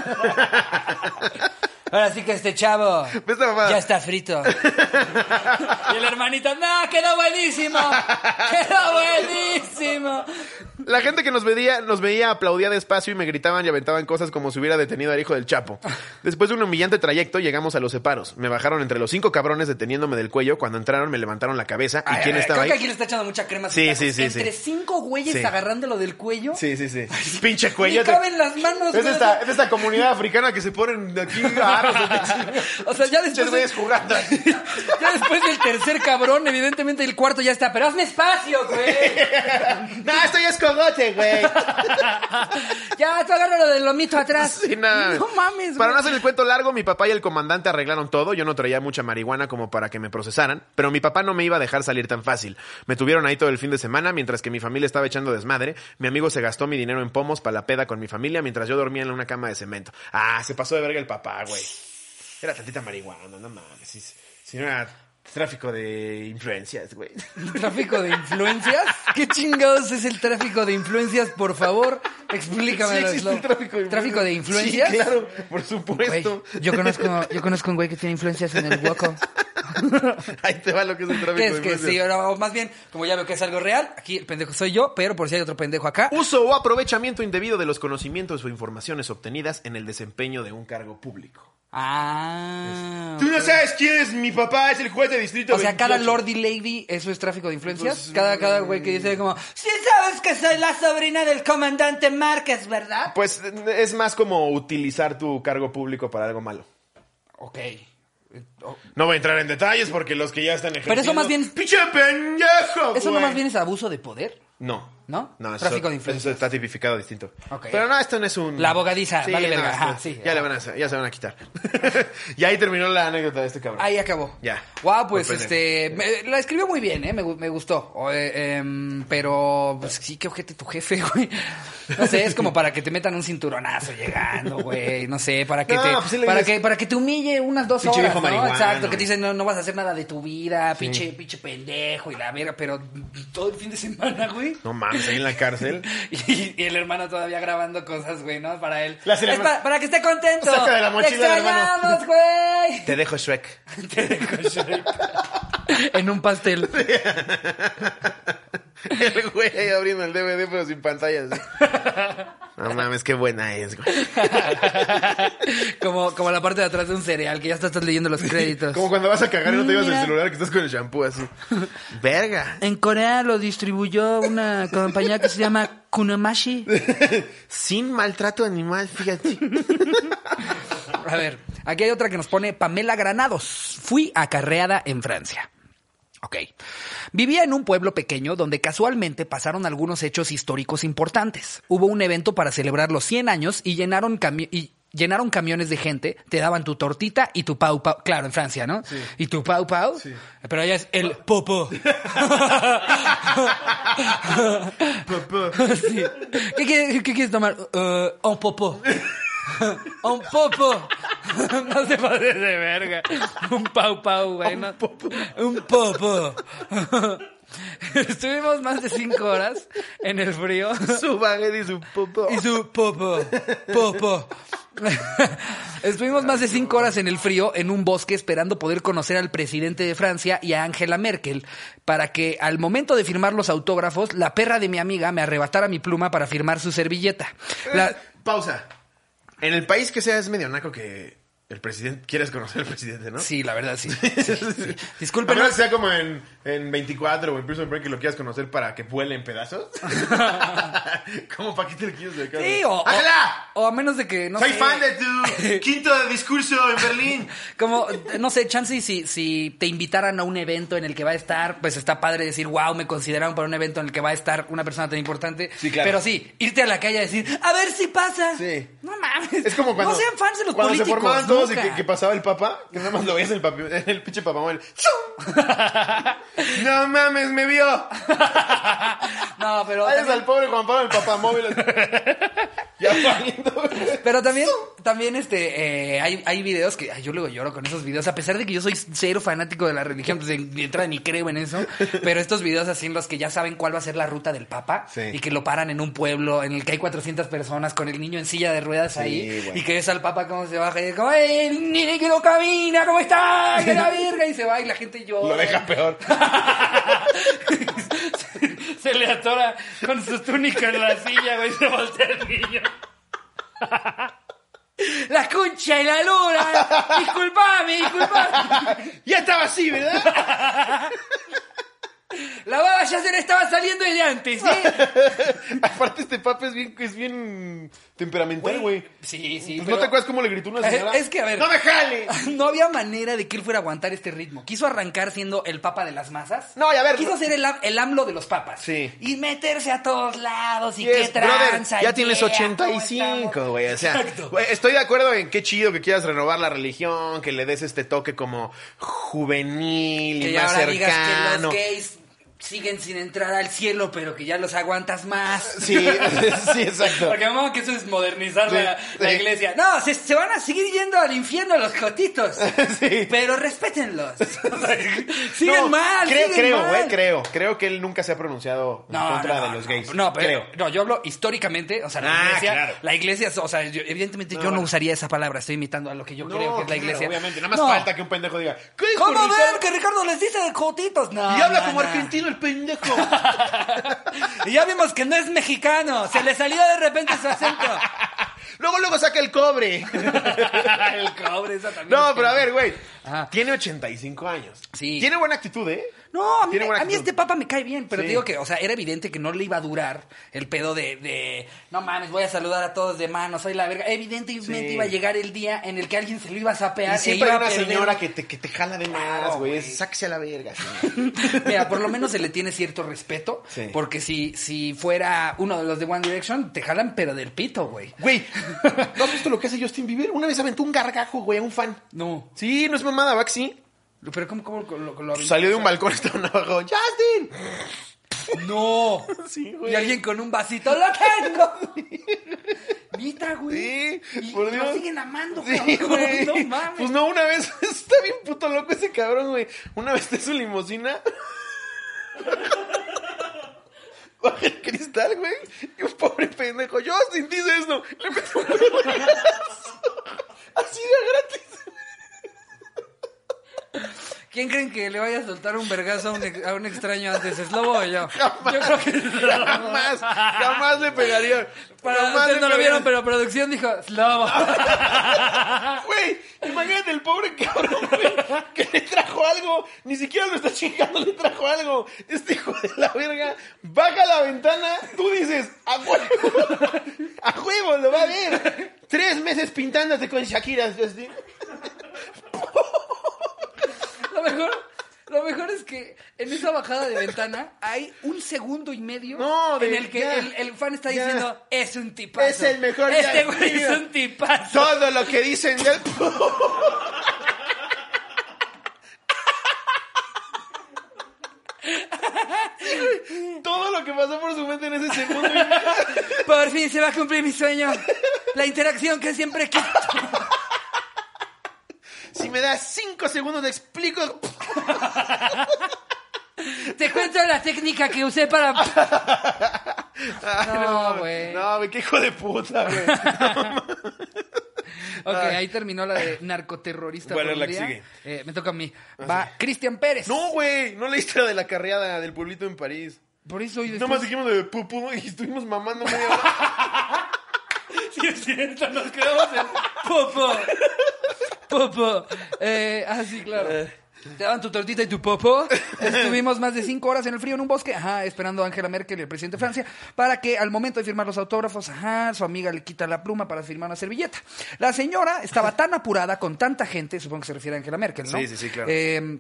A: Ahora sí que este chavo
B: Ve esta mamada.
A: ya está frito. y la hermanita, no, quedó buenísimo. Quedó buenísimo.
B: La gente que nos veía, nos veía aplaudía despacio y me gritaban y aventaban cosas como si hubiera detenido al hijo del Chapo. Después de un humillante trayecto llegamos a los separos. Me bajaron entre los cinco cabrones deteniéndome del cuello. Cuando entraron me levantaron la cabeza. ¿Y
A: Ay,
B: quién
A: ay,
B: estaba
A: Creo que
B: ahí?
A: aquí le está echando mucha crema. a sus
B: Sí,
A: tacos.
B: sí, sí,
A: Entre
B: sí.
A: cinco güeyes
B: Sí.
A: agarrándolo del cuello.
B: Sí, sí, sí. Pinche cuello.
A: Ni caben las manos,
B: Es
A: güey.
B: esta, es esta comunidad africana que se ponen aquí agarros.
A: O sea, ya
B: Pinches
A: después.
B: güeyes jugando.
A: Ya después del tercer cabrón, evidentemente el cuarto ya está. Pero hazme espacio, güey.
B: no, esto ya es cogote, güey.
A: Ya, tú agarra lo del lomito atrás.
B: Sí, nada.
A: No mames,
B: Para
A: güey.
B: no hacer el cuento largo, mi papá y el comandante arreglaron todo. Yo no traía mucha marihuana como para que me procesaran, pero mi papá no me iba a dejar salir tan fácil. Me tuvieron ahí todo el fin de semana, mientras que mi familia estaba echando desmadre. Mi amigo se gastó mi dinero en pomos para la peda con mi familia, mientras yo dormía en una cama de cemento. Ah, se pasó de verga el papá, güey. Era tantita marihuana, no mames. Si, si no era tráfico de influencias, güey.
A: ¿Tráfico de influencias? ¿Qué chingados es el tráfico de influencias? Por favor, explícame.
B: Sí existe el tráfico de
A: ¿Tráfico de influencias?
B: Sí, claro, por
A: Güey,
B: supuesto.
A: yo conozco, yo conozco un güey que tiene influencias en el hueco.
B: Ahí te va lo que es el tráfico
A: Que
B: de
A: es que
B: influencias.
A: sí, o más bien, como ya veo que es algo real, aquí el pendejo soy yo, pero por si hay otro pendejo acá.
B: Uso o aprovechamiento indebido de los conocimientos o informaciones obtenidas en el desempeño de un cargo público.
A: Ah.
B: Tú no sabes quién es mi papá, es el juez de distrito.
A: O sea, cada
B: 28.
A: lord y lady, ¿eso es tráfico de influencias?
B: Pues,
A: cada, cada güey que dice como, sí sabes que soy la sobrina del comandante Márquez, ¿verdad?
B: Pues es más como utilizar tu cargo público para algo malo.
A: Ok. Eh, o-
B: No voy a entrar en detalles porque los que ya están ejerciendo...
A: Pero eso más bien-
B: ¡Pinche pendejo,
A: Eso no
B: güey!
A: más bien es abuso de poder.
B: No.
A: ¿No?
B: No, eso,
A: Tráfico de influencias.
B: eso está tipificado distinto.
A: Ok.
B: Pero no, esto no es un...
A: La abogadiza, vale
B: no,
A: verga,
B: esto-
A: ajá, sí.
B: ya, le van a, hacer- ya se van a quitar. y ahí terminó la anécdota de este cabrón.
A: Ahí acabó.
B: Ya.
A: Guau, pues
B: Por
A: este. me- la escribió muy bien, ¿eh? Me, gu- me gustó. O, eh, em, pero, pues sí, qué ojete tu jefe, güey. No sé, es como para que te metan un cinturonazo llegando, güey. No sé, para que
B: No,
A: te.
B: pues sí le
A: para,
B: dices-
A: que, para que te humille unas dos
B: Pinche
A: horas.
B: viejo
A: ¿no?
B: marihuano,
A: Exacto, que
B: güey.
A: te dicen no, no vas a hacer nada de tu vida, pinche, pinche pendejo y la verga, pero todo el fin de semana, güey.
B: No mames, ahí en la cárcel.
A: Y, y el hermano todavía grabando cosas, güey, ¿no? Para él.
B: La
A: Es
B: celebra-
A: para, para que esté contento.
B: Saca de la
A: Te
B: mochila del hermano.
A: extrañamos, güey.
B: Te dejo Shrek.
A: en un pastel.
B: El güey ahí abriendo el DVD pero sin pantallas. No mames, qué buena es, güey.
A: como, como la parte de atrás de un cereal, que ya hasta estás leyendo los créditos.
B: Como cuando vas a cagar y no te llevas
A: Mira.
B: el celular que estás con el shampoo así. Verga.
A: En Corea lo distribuyó una compañía que se llama Kunamashi.
B: Sin maltrato animal, fíjate.
A: A ver, aquí hay otra que nos pone Pamela Granados. Fui acarreada en Francia. Ok. Vivía en un pueblo pequeño donde casualmente pasaron algunos hechos históricos importantes. Hubo un evento para celebrar los 100 años y llenaron cami- y llenaron camiones de gente, te daban tu tortita y tu pau pau, claro, en Francia, ¿no? Y tu pau pau, pero allá es el popo.
B: Papá.
A: Sí. ¿Qué, quieres- qué quieres tomar? Eh, un popo. un popo. no se pase de verga. Un pau pau, güey. Un popo. Un popo. Estuvimos más de cinco horas en el frío.
B: Su baguette y su popó.
A: Y su popo, popo. Estuvimos más de cinco horas en el frío, en un bosque, esperando poder conocer al presidente de Francia y a Angela Merkel, para que al momento de firmar los autógrafos, la perra de mi amiga me arrebatara mi pluma para firmar su servilleta. La-
B: Pausa. En el país que sea es medio naco que el presidente... Quieres conocer al presidente, ¿no?
A: Sí, la verdad, sí. sí, sí.
B: A
A: Disculpen.
B: menos que sea como en, en 24 o en Prison Break que lo quieras conocer para que vuele en pedazos. ¿Cómo para qué te lo quieres dejar?
A: Sí, o, o-
B: ¡Ángela!
A: o a menos de que no
B: Soy
A: sé,
B: fan de tu quinto discurso en Berlín.
A: Como, no sé, chance y si, si te invitaran a un evento en el que va a estar, pues está padre decir, wow, me consideraron para un evento en el que va a estar una persona tan importante.
B: Sí, claro.
A: Pero sí, irte a la calle a decir, a ver si pasa.
B: Sí.
A: No mames.
B: Es como cuando.
A: No sean fans de los
B: cuando
A: políticos.
B: se formaban todos
A: nunca.
B: y que, que pasaba el papá, que nada más lo veías en el, papi- en el pinche papamóvil. ¡Chum! ¡No mames, me vio!
A: no, pero.
B: Vayas
A: también-
B: al pobre Juan Pablo, el papamóvil. Ya valiendo.
A: Pero también, también este, eh, hay, hay videos que ay, yo luego lloro con esos videos, a pesar de que yo soy cero fanático de la religión, pues de, de entrada ni creo en eso, pero estos videos así en los que ya saben cuál va a ser la ruta del Papa
B: Sí.
A: y que lo paran en un pueblo en el que hay 400 personas con el niño en silla de ruedas ahí
B: güey.
A: y que ves al Papa cómo se baja y es como, ¡Ey, el niño que no camina! ¿Cómo está? ¡Que la verga! Y se va y la gente llora.
B: Lo deja peor.
A: se, se le atora con su túnica en la silla, güey, se voltea el niño. La concha y la luna. Disculpame, disculpame.
B: Ya estaba así, ¿verdad?
A: La baba ya se le estaba saliendo desde antes, ¿eh?
B: Aparte, este papa es bien, es bien temperamental, güey.
A: Sí, sí.
B: Pues
A: pero-
B: ¿No te acuerdas cómo le gritó una
A: Eh,
B: señora?
A: es que, a ver.
B: ¡No me jale!
A: No había manera de que él fuera a aguantar este ritmo. Quiso arrancar siendo el papa de las masas.
B: No, y a ver,
A: Quiso
B: no-
A: ser el, am- el AMLO de los papas.
B: Sí.
A: Y meterse a todos lados y qué
B: Yes, brother,
A: tranza.
B: ya
A: y
B: tienes
A: yeah,
B: 85,
A: ¿cómo
B: güey. O
A: estamos?
B: sea,
A: Exacto.
B: güey, estoy de acuerdo en qué chido que quieras renovar la religión, que le des este toque como juvenil
A: que
B: y
A: ya
B: más
A: ahora digas que
B: cercano.
A: los gays siguen sin entrar al cielo, pero que ya los aguantas más.
B: Sí, sí, exacto.
A: Porque mamá que eso es modernizar
B: Sí,
A: la, la
B: sí.
A: iglesia. No, se, se van a seguir yendo al infierno los cotitos.
B: Sí.
A: Pero respétenlos. siguen
B: No,
A: mal,
B: creo,
A: siguen
B: creo,
A: mal.
B: güey, creo. Creo que él nunca se ha pronunciado en contra de los gays.
A: No, pero
B: creo.
A: no, yo hablo históricamente, o sea, la
B: Ah,
A: iglesia,
B: claro.
A: la iglesia, o sea, yo- evidentemente yo no
B: bueno.
A: usaría esa palabra, estoy imitando a lo que yo
B: No,
A: creo que es la
B: claro,
A: iglesia.
B: obviamente, nada más
A: No.
B: falta que un pendejo diga. ¿Qué dijo
A: ¿Cómo
B: Ricardo?
A: ver que Ricardo les dice de cotitos? No,
B: Y habla
A: no,
B: como
A: no.
B: argentino el pendejo.
A: Y ya vimos que no es mexicano, se le salió de repente su acento.
B: luego, luego saca el cobre.
A: El cobre, esa también.
B: No,
A: es
B: pero a
A: cierto.
B: ver, güey.
A: Ajá.
B: Tiene 85 años.
A: Sí.
B: Tiene buena actitud, ¿eh?
A: No, a mí,
B: Tiene buena
A: a mí
B: actitud.
A: este papa me cae bien, pero
B: Sí.
A: te digo que, o sea, era evidente que no le iba a durar el pedo de, de, no mames, voy a saludar a todos de mano, soy la verga. Evidentemente
B: Sí.
A: iba a llegar el día en el que alguien se lo iba a
B: Y
A: sapear.
B: siempre
A: e
B: hay
A: iba
B: una
A: a perder.
B: señora que te, que te jala de malas, güey.
A: güey.
B: Es, Sáquese a la verga.
A: Mira, por lo menos se le tiene cierto respeto,
B: Sí.
A: porque si, si fuera uno de los de One Direction, te jalan pero del pito, güey.
B: Güey, ¿no has visto lo que hace Justin Bieber? Una vez aventó un gargajo, güey, a un fan.
A: No.
B: Sí, no es mamada, va que sí.
A: Pero ¿cómo, cómo lo, lo- lo
B: Salió de un balcón, estaban abajo. ¡Justin!
A: No.
B: Sí, güey.
A: Y alguien con un vasito, ¡lo tengo! Mita, güey.
B: Sí,
A: y,
B: por
A: y
B: Dios.
A: lo siguen amando,
B: Sí,
A: cabrón.
B: güey.
A: No mames.
B: Pues no, una vez está bien puto loco ese cabrón, güey. Una vez está en su limusina. Baja el cristal, güey. Y un pobre pendejo. Yo sin ti hice esto. Le metí un vergazo. Así de gratis.
A: ¿Quién creen que le vaya a soltar un vergazo a un, ex- a un extraño antes? ¿Slobo o yo?
B: Jamás.
A: Yo creo que
B: Jamás. Jamás le pegaría.
A: Para
B: Jamás
A: ustedes no
B: le
A: lo
B: pegaría.
A: vieron, pero producción dijo, ¡Slobo!
B: Güey, imagínate el pobre cabrón, güey, que le trajo algo. Ni siquiera lo está chingando, le trajo algo. Este hijo de la verga baja la ventana. Tú dices, a huevo, a huevo, lo va a ver. Tres meses pintándote con Shakira, Justin.
A: Lo mejor, lo mejor es que en esa bajada de ventana hay un segundo y medio
B: No, de-
A: en el que
B: ya.
A: el, el fan está
B: Ya.
A: diciendo, ¡Es un tipazo!
B: Es el mejor día
A: ¡Este
B: de
A: güey
B: mi
A: es
B: vida".
A: un tipazo!
B: Todo lo que dicen de él. Todo lo que pasó por su mente en ese segundo. y medio.
A: Por fin se va a cumplir mi sueño. La interacción que siempre quise.
B: Si me das cinco segundos, te explico.
A: Te cuento la técnica que usé para. No, güey.
B: No, güey, qué hijo de puta, güey.
A: Ok, ahí terminó la de narcoterrorista.
B: Bueno,
A: por un
B: la que
A: día.
B: sigue. Ah,
A: Eh, me toca a mí. Va Cristian Pérez.
B: No, güey, no leíste la de la carreada del pueblito en París.
A: Por eso hoy
B: Nada
A: después...
B: más dijimos de pupu y estuvimos mamando media hora.
A: Sí, es cierto, nos quedamos en popo. Popo. Eh, ah, sí, claro. Te daban tu tortita y tu popo. Estuvimos más de cinco horas en el frío en un bosque, ajá, esperando a Angela Merkel y el presidente de Francia para que al momento de firmar los autógrafos, ajá, su amiga le quita la pluma para firmar una servilleta. La señora estaba tan apurada con tanta gente, supongo que se refiere a Angela Merkel, ¿no?
B: Sí, sí, sí, claro.
A: Eh,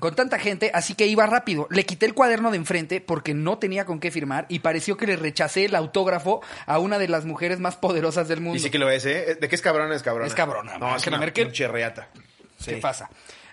A: con tanta gente, así que iba rápido. Le quité el cuaderno de enfrente porque no tenía con qué firmar y pareció que le rechacé el autógrafo a una de las mujeres más poderosas del mundo.
B: lo es, ¿eh? ¿De qué es cabrón? Es cabrón.
A: Es cabrona,
B: No, es
A: Angela
B: una
A: Merkel.
B: pinche reata.
A: ¿Qué
B: Sí.
A: pasa?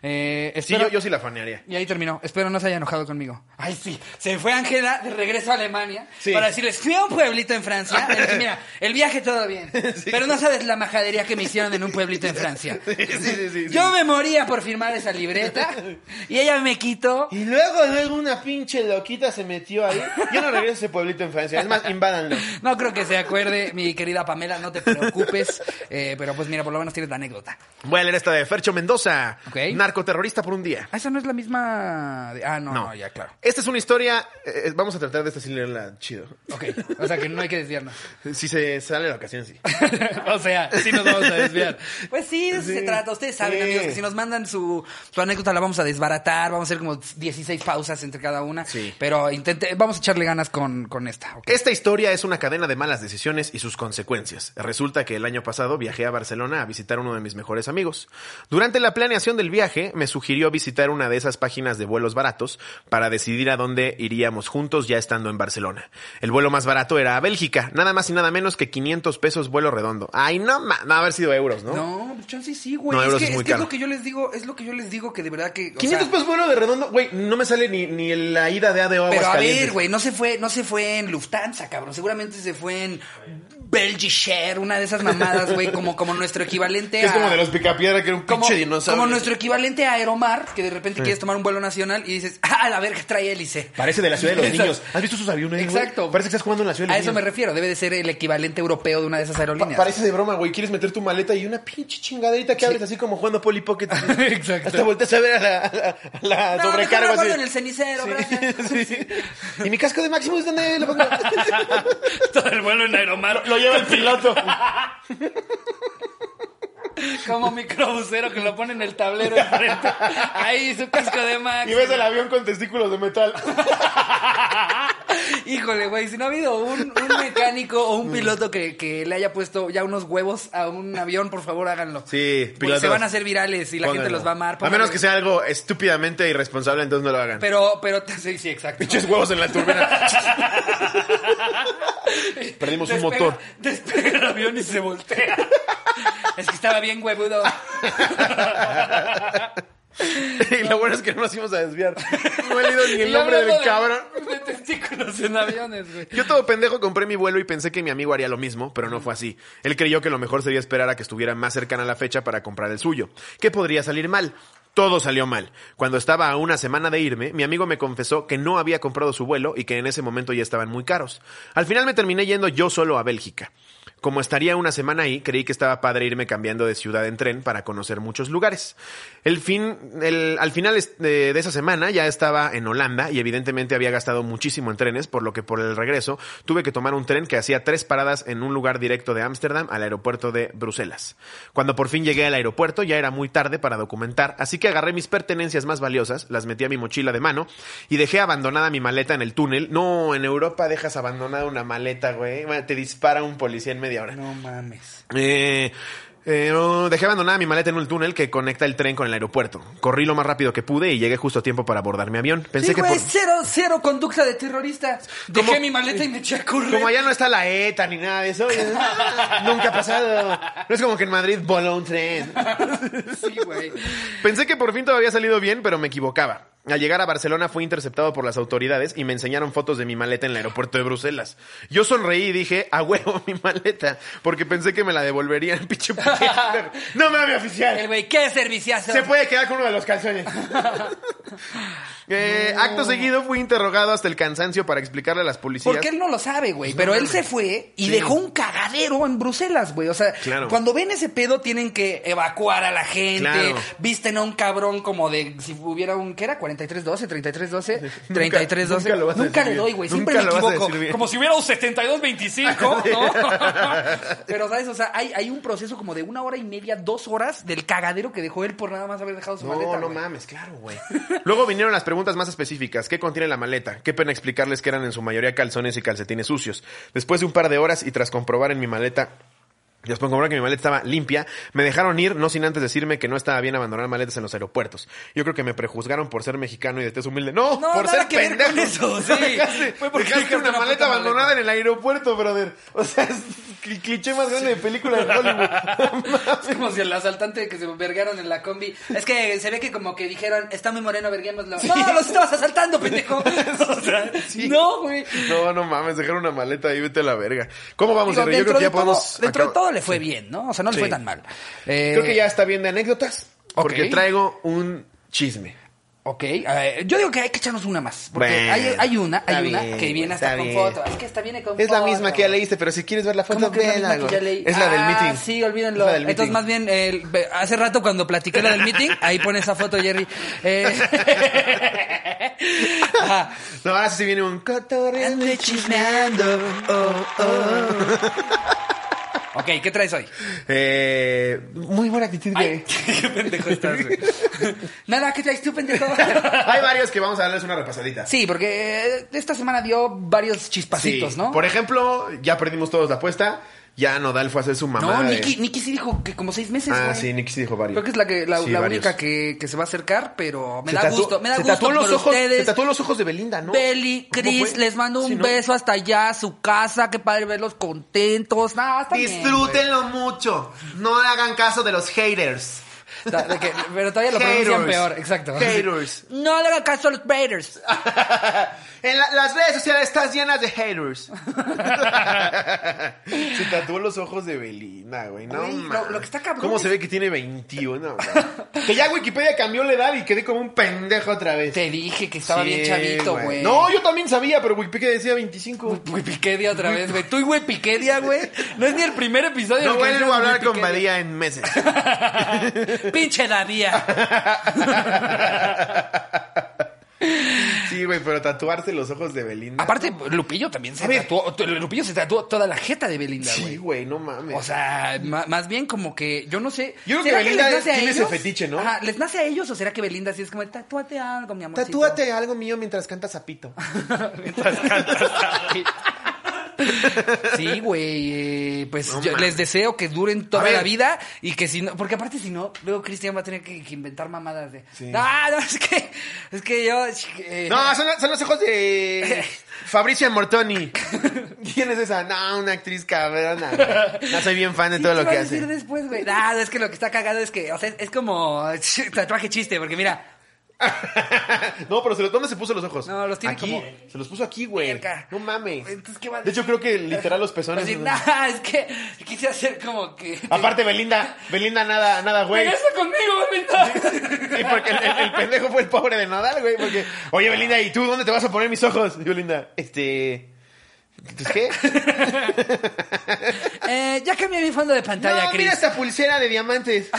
A: Eh,
B: Sí,
A: espero-
B: yo, yo sí la fanearía.
A: Y ahí terminó. Espero no se haya enojado conmigo. Ay, sí. Se fue Ángela de regreso a Alemania
B: Sí.
A: para decirles, fui a un pueblito en Francia. Le dije, mira, el viaje todo bien.
B: Sí.
A: Pero no sabes la majadería que me hicieron en un pueblito en Francia.
B: Sí, sí, sí, sí, sí.
A: Yo me moría por firmar esa libreta y ella me quitó.
B: Y luego, luego una pinche loquita se metió ahí. Yo no regreso a ese pueblito en Francia. Es más, invádanlo.
A: No creo que se acuerde, mi querida Pamela, no te preocupes. Eh, pero pues mira, por lo menos tienes la anécdota.
B: Voy a leer esta de Fercho Mendoza.
A: Ok.
B: Narcoterrorista por un día.
A: Ah, esa no es la misma... de- Ah, no,
B: No.
A: no, ya, claro.
B: Esta es una historia. eh, vamos a tratar de esta sin leerla chido.
A: Ok, o sea que no hay que desviarnos.
B: Si se sale la ocasión, sí.
A: o sea, sí nos vamos a desviar. Pues sí, de eso
B: Sí.
A: se trata. Ustedes saben,
B: Sí.
A: amigos, que si nos mandan su, su anécdota la vamos a desbaratar. Vamos a hacer como 16 pausas entre cada una.
B: Sí. Eh,
A: Pero intente, vamos a echarle ganas con, con esta. ¿ok?
B: Esta historia es una cadena de malas decisiones y sus consecuencias. Resulta que el año pasado viajé a Barcelona a visitar a uno de mis mejores amigos. Durante la planeación del viaje me sugirió visitar una de esas páginas de vuelos baratos para decidir a dónde iríamos juntos ya estando en Barcelona. El vuelo más barato era a Bélgica, nada más y nada menos que 500 pesos vuelo redondo. Ay, no, ma no haber sido euros, ¿no?
A: No, pues chance sí, güey.
B: No,
A: es
B: euros
A: que,
B: es
A: es,
B: muy
A: que es
B: caro.
A: lo que yo les digo, es lo que yo les digo que de verdad que. o
B: 500
A: sea,
B: pesos vuelo de redondo, güey, no me sale ni, ni la ida de ADO a
A: Pero a
B: Aguascalientes.
A: ver, güey, no se fue, no se fue en Lufthansa, cabrón. Seguramente se fue en Belgisher, una de esas mamadas, güey, como, como nuestro equivalente
B: Que es
A: a-
B: como de los picapiedra que era un
A: como,
B: pinche dinosaurio.
A: como nuestro equivalente a Aeromar, que de repente quieres tomar un vuelo nacional y dices, ah, la verga, trae hélice.
B: Parece de la ciudad de los
A: Exacto.
B: niños. ¿Has visto sus aviones? güey?
A: Exacto.
B: Parece que estás jugando en la ciudad de
A: A
B: los
A: eso me
B: niños.
A: refiero, debe de ser el equivalente europeo de una de esas aerolíneas.
B: Pa- Parece de broma, güey. Quieres meter tu maleta y una pinche chingaderita que abres así como jugando Polly Pocket.
A: Exacto.
B: Hasta volteas a ver a la, a la- a la
A: no, mejor la
B: sobrecarga. así.
A: guardo en el cenicero, gracias.
B: Sí, sí. Y mi casco de Maximus, ¿dónde lo pongo?
A: Todo el vuelo en Aeromar,
B: lo lleva el piloto.
A: como microbusero que lo pone en el tablero enfrente. Ahí, su casco de Max.
B: Y ves el avión con testículos de metal.
A: Híjole, güey, si no ha habido un, un mecánico o
B: Mm.
A: un piloto que, que le haya puesto ya unos huevos a un avión, por favor, háganlo.
B: Sí,
A: Porque
B: pilotos.
A: Se van a hacer virales y la gente los va a amar.
B: A menos
A: Pónganle-
B: que sea algo estúpidamente irresponsable, entonces no lo hagan.
A: Pero, pero, sí, sí, exacto.
B: Pinches huevos en la turbina. Perdimos un
A: Despega-
B: motor.
A: Despega el avión y se voltea. es que estaba bien huevudo.
B: y lo bueno es que no nos íbamos a desviar. No he leído ni el
A: Y
B: nombre
A: hablando
B: del
A: de-
B: cabrón.
A: De testículos en aviones, güey.
B: Yo todo pendejo compré mi vuelo y pensé que mi amigo haría lo mismo, pero no fue así. Él creyó que lo mejor sería esperar a que estuviera más cercana la fecha para comprar el suyo. ¿Qué podría salir mal? Todo salió mal. Cuando estaba a una semana de irme, mi amigo me confesó que no había comprado su vuelo y que en ese momento ya estaban muy caros. Al final me terminé yendo yo solo a Bélgica. Como estaría una semana ahí, creí que estaba padre irme cambiando de ciudad en tren para conocer muchos lugares. El fin, el- al final es- de, de esa semana ya estaba en Holanda y evidentemente había gastado muchísimo en trenes, por lo que por el regreso tuve que tomar un tren que hacía tres paradas en un lugar directo de Ámsterdam al aeropuerto de Bruselas. Cuando por fin llegué al aeropuerto ya era muy tarde para documentar, así que agarré mis pertenencias más valiosas, las metí a mi mochila de mano y dejé abandonada mi maleta en el túnel. No, en Europa dejas abandonada una maleta, güey. Te dispara un policía en media hora.
A: No mames.
B: Eh, eh, oh, dejé abandonada mi maleta en un túnel que conecta el tren con el aeropuerto. Corrí lo más rápido que pude y llegué justo a tiempo para abordar mi avión. Pensé
A: Sí,
B: que
A: güey,
B: por...
A: cero, cero conducta de terrorista. Dejé
B: Como-
A: mi maleta y me eché a correr.
B: Como allá no está la ETA ni nada de eso, ya- nunca ha pasado. No es como que en Madrid voló un tren.
A: Sí, güey.
B: Pensé que por fin todo había salido bien, pero me equivocaba. Al llegar a Barcelona fui interceptado por las autoridades y me enseñaron fotos de mi maleta en el aeropuerto de Bruselas. Yo sonreí y dije, a huevo mi maleta, porque pensé que me la devolverían, pinche pendejo. No me había oficial.
A: El güey, qué serviciazo.
B: Se puede quedar con uno de los calzones. Eh, Acto seguido fui interrogado hasta el cansancio para explicarle a las policías.
A: Porque él no lo sabe, güey. pero él se fue y
B: Sí.
A: dejó un cagadero en Bruselas, güey. O sea,
B: Claro.
A: cuando ven ese pedo tienen que evacuar a la gente.
B: Claro.
A: Visten a un cabrón como de si hubiera un ¿qué era? 4312, 3312, 3312.
B: nunca lo vas a
A: Nunca le
B: decir
A: doy,
B: bien.
A: güey. Siempre
B: Nunca
A: me
B: lo vas a
A: equivoco.
B: decir bien.
A: Como si hubiera un 7225, ¿no? pero sabes, o sea, hay, hay un proceso como de una hora y media, dos horas del cagadero que dejó él por nada más haber dejado su
B: No,
A: maleta.
B: no
A: güey.
B: mames, claro, güey. Luego vinieron las preguntas más específicas. ¿Qué contiene la maleta? Qué pena explicarles que eran en su mayoría calzones y calcetines sucios. Después de un par de horas y tras comprobar en mi maleta... Después de comprobar que mi maleta estaba limpia, me dejaron ir, no sin antes decirme que no estaba bien abandonar maletas en los aeropuertos. Yo creo que me prejuzgaron por ser mexicano y de tez humilde. ¡No!
A: No,
B: por
A: nada
B: ser
A: que ver
B: pendejo.
A: con eso, sí.
B: Dejaste,
A: Fue porque
B: dejaste
A: dejaste
B: una
A: una puta
B: maleta abandonada
A: maleta.
B: en el aeropuerto, brother. O sea, es- El cliché más grande de película de Hollywood.
A: Es como si el asaltante que se vergaron en la combi. Es que se ve que como que dijeron, está muy moreno, verguémoslo. No, los estabas asaltando, pendejo. O sea,
B: Sí.
A: no, güey.
B: No, no mames, dejar una maleta y vete a la verga. ¿Cómo vamos,
A: Digo,
B: Jerry? Yo
A: dentro
B: creo que
A: de
B: ya
A: todo-
B: podemos.
A: Dentro de
B: acabar.
A: todo le fue bien, ¿no? O sea, no le
B: Sí.
A: fue tan mal.
B: Creo
A: Eh,
B: que ya está bien de anécdotas. Porque
A: Ok.
B: traigo un chisme.
A: Ok, eh, yo digo que hay que echarnos una más. Porque
B: Bueno,
A: hay, hay una,
B: está
A: hay una
B: bien,
A: que viene hasta
B: está
A: con
B: bien.
A: foto. Es que esta viene con
B: Es la
A: foto.
B: misma que ya leíste, pero si quieres ver la foto,
A: ¿Cómo que es la
B: vela,
A: misma que ya
B: güey.
A: leí?
B: Es la del
A: Ah,
B: meeting.
A: Sí, olvídenlo.
B: Es la del
A: Entonces,
B: meeting.
A: más bien, el- ve- hace rato cuando platiqué lo del meeting, ahí pone esa foto, Jerry. Eh, Ah, ajá.
B: No, ahora sí viene un cotorreando.
A: Ande chismeando. oh, oh. Ok, ¿qué traes hoy?
B: Eh, muy buena actitud,
A: Ay,
B: güey.
A: qué pendejo estás, güey. Nada, ¿qué traes tú, pendejo?
B: Hay varios que vamos a darles una repasadita.
A: Sí, porque eh, esta semana dio varios chispacitos,
B: Sí.
A: ¿no?
B: Por ejemplo, ya perdimos todos la apuesta. Ya Nodal fue a hacer su mamá.
A: no, Nikki, Nikki sí dijo que como seis meses.
B: Ah,
A: güey.
B: sí, Nicky sí dijo varios.
A: Creo que es la, que, la,
B: Sí,
A: la
B: varios.
A: única que, que se va a acercar, pero me
B: Se
A: da
B: tatuó-
A: gusto. Me da
B: se
A: gusto
B: tatuó los
A: por
B: ojos, Se
A: ustedes.
B: tatuó los ojos de Belinda, ¿no?
A: Beli,
B: ¿Cómo
A: Cris,
B: fue?
A: les mando un
B: Sí, ¿no?
A: beso hasta allá, a su casa. Qué padre verlos contentos. Nah, está bien,
B: mucho. No le hagan caso de los haters.
A: güey. Ta- de que- pero todavía lo pronuncian
B: Haters.
A: peor, exacto.
B: Haters.
A: No le hagan caso a los Raiders.
B: En las redes sociales estás llenas de haters. se tatuó los ojos de Belinda, güey. No,
A: Güey, lo-
B: mames.
A: lo que está cabrón
B: ¿Cómo
A: es-
B: se ve que tiene 21? güey? que ya Wikipedia cambió la edad y quedé como un pendejo otra vez.
A: Te dije que estaba
B: Sí,
A: bien chavito, güey.
B: No, yo también sabía, pero Wikipedia decía 25.
A: Wikipedia otra vez, güey. Tú y Wikipedia, güey. No es ni el primer episodio. en el
B: No
A: que
B: vuelvo a
A: dices
B: hablar con
A: Wikipedia.
B: Badía en meses.
A: Pinche Dadía.
B: Sí, güey, pero tatuarse los ojos de Belinda.
A: Aparte, Lupillo también se
B: A ver.
A: tatuó. Lupillo se tatuó toda la jeta de Belinda, güey.
B: Sí, güey, no mames.
A: O sea, ma- más bien como que yo no sé.
B: Yo creo que
A: ¿será
B: Belinda
A: les nace a
B: tiene ese
A: ellos?
B: fetiche, ¿no?
A: Ajá, ¿les nace a ellos o será que Belinda sí es como, tatúate algo, mi amor?
B: Tatúate algo mío mientras cantas a Pito.
A: Sí, güey. eh, pues
B: No
A: yo
B: mames.
A: les deseo que duren toda
B: A ver.
A: la vida y que si no. Porque aparte, si no, luego Cristian va a tener que, que inventar mamadas de.
B: Sí.
A: Ah, no, es que. Es que yo. eh,
B: No, son, son los ojos de Fabricia Mortoni. ¿Quién es esa? No, una actriz cabrona. güey. No soy bien fan de
A: Sí,
B: todo
A: ¿qué
B: lo que
A: vas a decir
B: hace.
A: después, güey? Ah, es que lo que está cagado es que, o sea, es como ch- tatuaje chiste, porque mira,
B: no, pero se los, ¿dónde se puso los ojos?
A: No, los tiene
B: Aquí.
A: como-
B: Se los puso aquí, güey.
A: Cerca.
B: No mames.
A: Entonces, ¿qué va a
B: De hecho, creo que literal los pezones.
A: decir, nah, es que quise hacer como que.
B: Aparte, Belinda, Belinda nada, nada, güey.
A: Regresa conmigo, Belinda.
B: Pues, Y porque el, el- el pendejo fue el pobre de Nadal, güey. Porque, oye, Belinda, ¿y tú dónde te vas a poner mis ojos? Y Belinda, este. ¿Entonces qué? pues,
A: Eh, ya cambié mi fondo de pantalla, Chris.
B: esta pulsera de diamantes.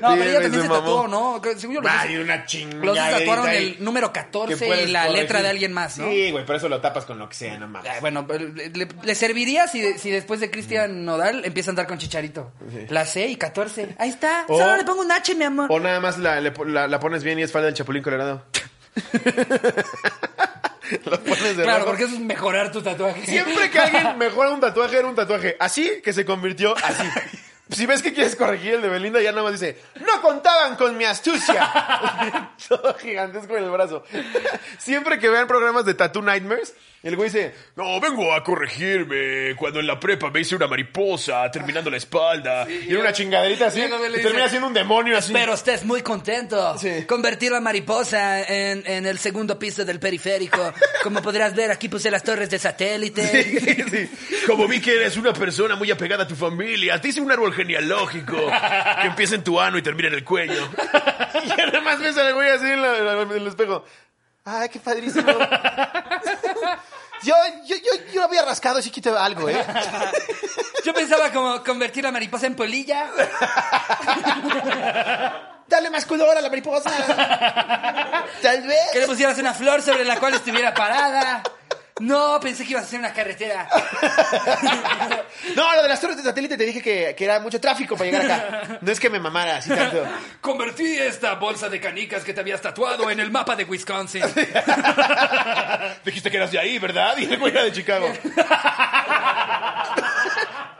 A: No, pero ella
B: Dime,
A: también
B: se
A: se
B: mamó.
A: tatuó, ¿no? Que Según yo, los dos-
B: Ay, una chingada.
A: los dos tatuaron el número 14 y la letra de alguien más, ¿no?
B: Sí, güey, pero eso lo tapas con lo que sea, no mames.
A: Ay, bueno, pero le, le- le serviría si, si después de Cristian Nodal empieza a andar con Chicharito.
B: Mm. Sí.
A: La C y 14. Ahí está.
B: O-
A: Solo le pongo un H, mi amor.
B: O nada más la, le po- la- la pones bien y es falda del Chapulín Colorado. lo pones de
A: Claro,
B: rojo.
A: porque eso es mejorar tu tatuaje.
B: Siempre que alguien mejora un tatuaje, era un tatuaje. Así que se convirtió así. Si ves que quieres corregir el de Belinda, ya nada más dice, no contaban con mi astucia. Todo gigantesco en el brazo. Siempre que vean programas de Tattoo Nightmares, el güey dice, no, vengo a corregirme cuando en la prepa me hice una mariposa terminando la espalda. y era una chingaderita así.
A: Y luego le
B: Y
A: dice,
B: termina siendo un demonio así.
A: Pero estés muy contento.
B: Sí.
A: Convertir la mariposa en, en el segundo piso del periférico. Como podrás ver, aquí puse las torres de satélite.
B: Sí, sí, sí. Como vi que eres una persona muy apegada a tu familia, te hice un árbol genealógico que empieza en tu ano y termina en el cuello. Y nada más ves al güey así en, la- en la- en el espejo. ¡Ay, qué padrísimo! Yo, yo, yo, yo había rascado, sí quité algo, ¿eh?
A: Yo pensaba como convertir la mariposa en polilla.
B: Dale más color a la mariposa. Tal vez.
A: Que le pusieras una flor sobre la cual estuviera parada. No, pensé que ibas a hacer una carretera.
B: No, lo de las torres de satélite te dije que, que era mucho tráfico para llegar acá. No es que me mamara así tanto.
A: Convertí esta bolsa de canicas que te habías tatuado en el mapa de Wisconsin.
B: Dijiste que eras de ahí, ¿verdad? Y el güey era de Chicago.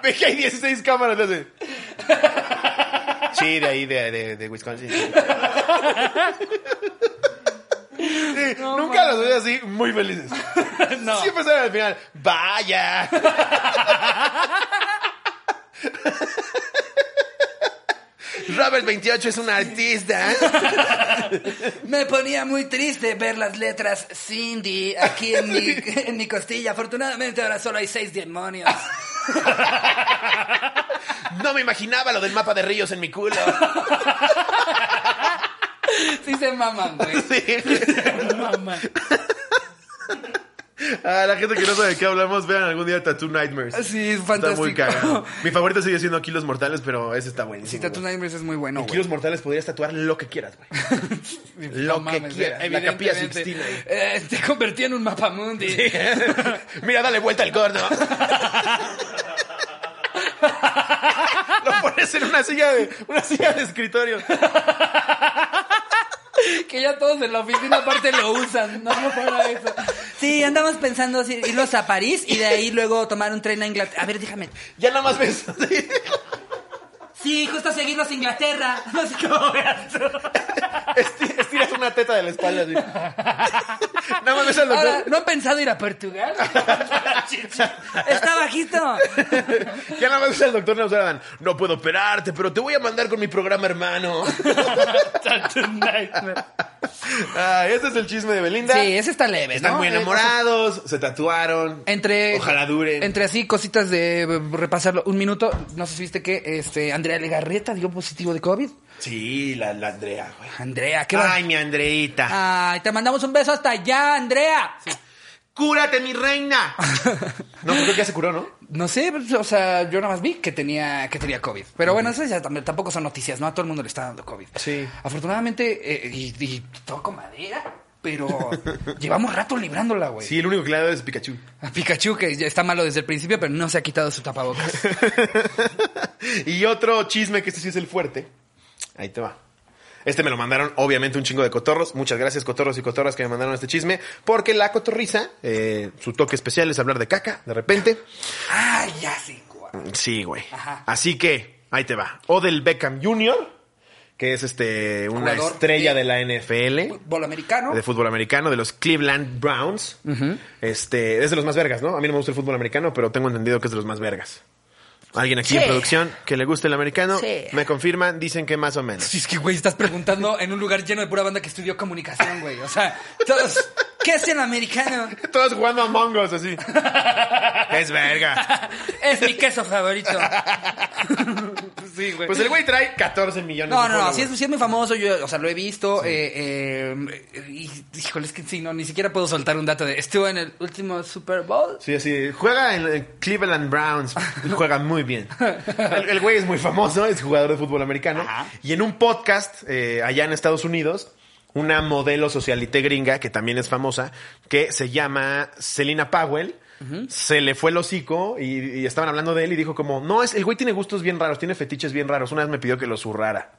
B: Ve que hay 16 cámaras, le hace. Sí, de ahí, de, de, de Wisconsin. Sí, nunca los veo así muy felices.
A: No.
B: Siempre salen al final. ¡Vaya! Robert 28 es un artista.
A: Me ponía muy triste ver las letras Cindy aquí en mi, en mi costilla. Afortunadamente ahora solo hay seis demonios.
B: No me imaginaba lo del mapa de ríos en mi culo.
A: Sí se maman, güey.
B: Sí.
A: Se maman.
B: A Ah, la gente que no sabe de qué hablamos, vean algún día Tattoo Nightmares.
A: Sí, es
B: Está muy
A: fantástico.
B: cagado. Mi favorito sigue siendo Kilos Mortales, pero ese está buenísimo.
A: Sí, Tattoo
B: güey.
A: Nightmares es muy bueno,
B: En
A: güey.
B: Kilos Mortales podrías tatuar lo que quieras, güey. Lo que quieras, la
A: evidentemente.
B: Capilla Sixtina, güey.
A: Eh, te convertí en un mapamundi.
B: Mira, dale vuelta al corno. Lo pones en una silla de, una silla de escritorio.
A: Que ya todos en la oficina aparte lo usan, no no para eso. Sí, andamos pensando así, irnos a París y de ahí luego tomar un tren a Inglaterra. A ver, déjame.
B: Ya nada más ves. así.
A: Sí, justo seguirnos a Inglaterra. No sé cómo veas tú.
B: Esti- Estiras una teta de la espalda. así. Nada más ves al
A: Ahora,
B: doctor.
A: ¿no han pensado ir a Portugal? Está bajito.
B: Ya nada más ves al doctor Nausaradan. No puedo operarte, pero te voy a mandar con mi programa, hermano. Ay, este es el chisme de Belinda.
A: Sí, ese está leve,
B: Están
A: ¿no?
B: muy
A: Eh, o sea,
B: enamorados, se tatuaron.
A: Entre.
B: Ojalá duren.
A: Entre así, cositas de eh, repasarlo. Un minuto, no sé si viste que este, Andrea Legarreta dio positivo de COVID.
B: Sí, la, la Andrea, güey.
A: Andrea, qué va. Ah.
B: Ay, mi Andreita.
A: Ay, te mandamos un beso hasta allá, Andrea.
B: ¡Cúrate, mi reina! no, creo que ya se curó, ¿no?
A: No sé, pues, o sea, yo nada más vi que tenía, que tenía COVID. Pero bueno, esas ya tam- tampoco son noticias, ¿no? A todo el mundo le está dando COVID.
B: Sí.
A: Afortunadamente, eh, y, y toco madera, pero llevamos rato librándola, güey.
B: Sí, el único que le ha dado es Pikachu.
A: A Pikachu, que ya está malo desde el principio, pero no se ha quitado su tapabocas.
B: y otro chisme, que este sí es el fuerte. Ahí te va. Este me lo mandaron, obviamente, un chingo de cotorros. Muchas gracias, cotorros y cotorras, que me mandaron este chisme. Porque la cotorriza, eh, su toque especial es hablar de caca, de repente.
A: ah, ya sé cuál.
B: Sí, güey.
A: Ajá.
B: Así que, ahí te va. Odell Beckham Jr., que es este una
A: Jugador.
B: estrella de la NFL.
A: Fútbol americano.
B: de fútbol americano, de los Cleveland Browns. Este, es de los más vergas, ¿no? A mí no me gusta el fútbol americano, pero tengo entendido que es de los más vergas. Alguien aquí en
A: Sí.
B: producción que le guste el americano,
A: Sí.
B: me confirman, dicen que más o menos.
A: Si es que, güey, estás preguntando en un lugar lleno de pura banda que estudió comunicación, güey. O sea, todos, ¿qué es el americano?
B: Todos jugando a mongos así. es verga.
A: es mi queso favorito.
B: Sí, güey. Pues el güey trae 14 millones.
A: No,
B: de
A: no, no,
B: followers.
A: sí es, sí es muy famoso, yo, o sea, lo he visto. eh, eh, y, híjole, es que sí, no, ni siquiera puedo soltar un dato de. Estuvo en el último Super Bowl.
B: Sí, así. Juega en eh, Cleveland Browns. y Juega muy bien. El, el güey es muy famoso, es jugador de fútbol americano. Y en un podcast eh, allá en Estados Unidos, una modelo socialite gringa que también es famosa, que se llama Selina Powell. Se le fue el hocico y, y estaban hablando de él y dijo como, no, es, el güey tiene gustos bien raros, tiene fetiches bien raros. Una vez me pidió que los zurrara.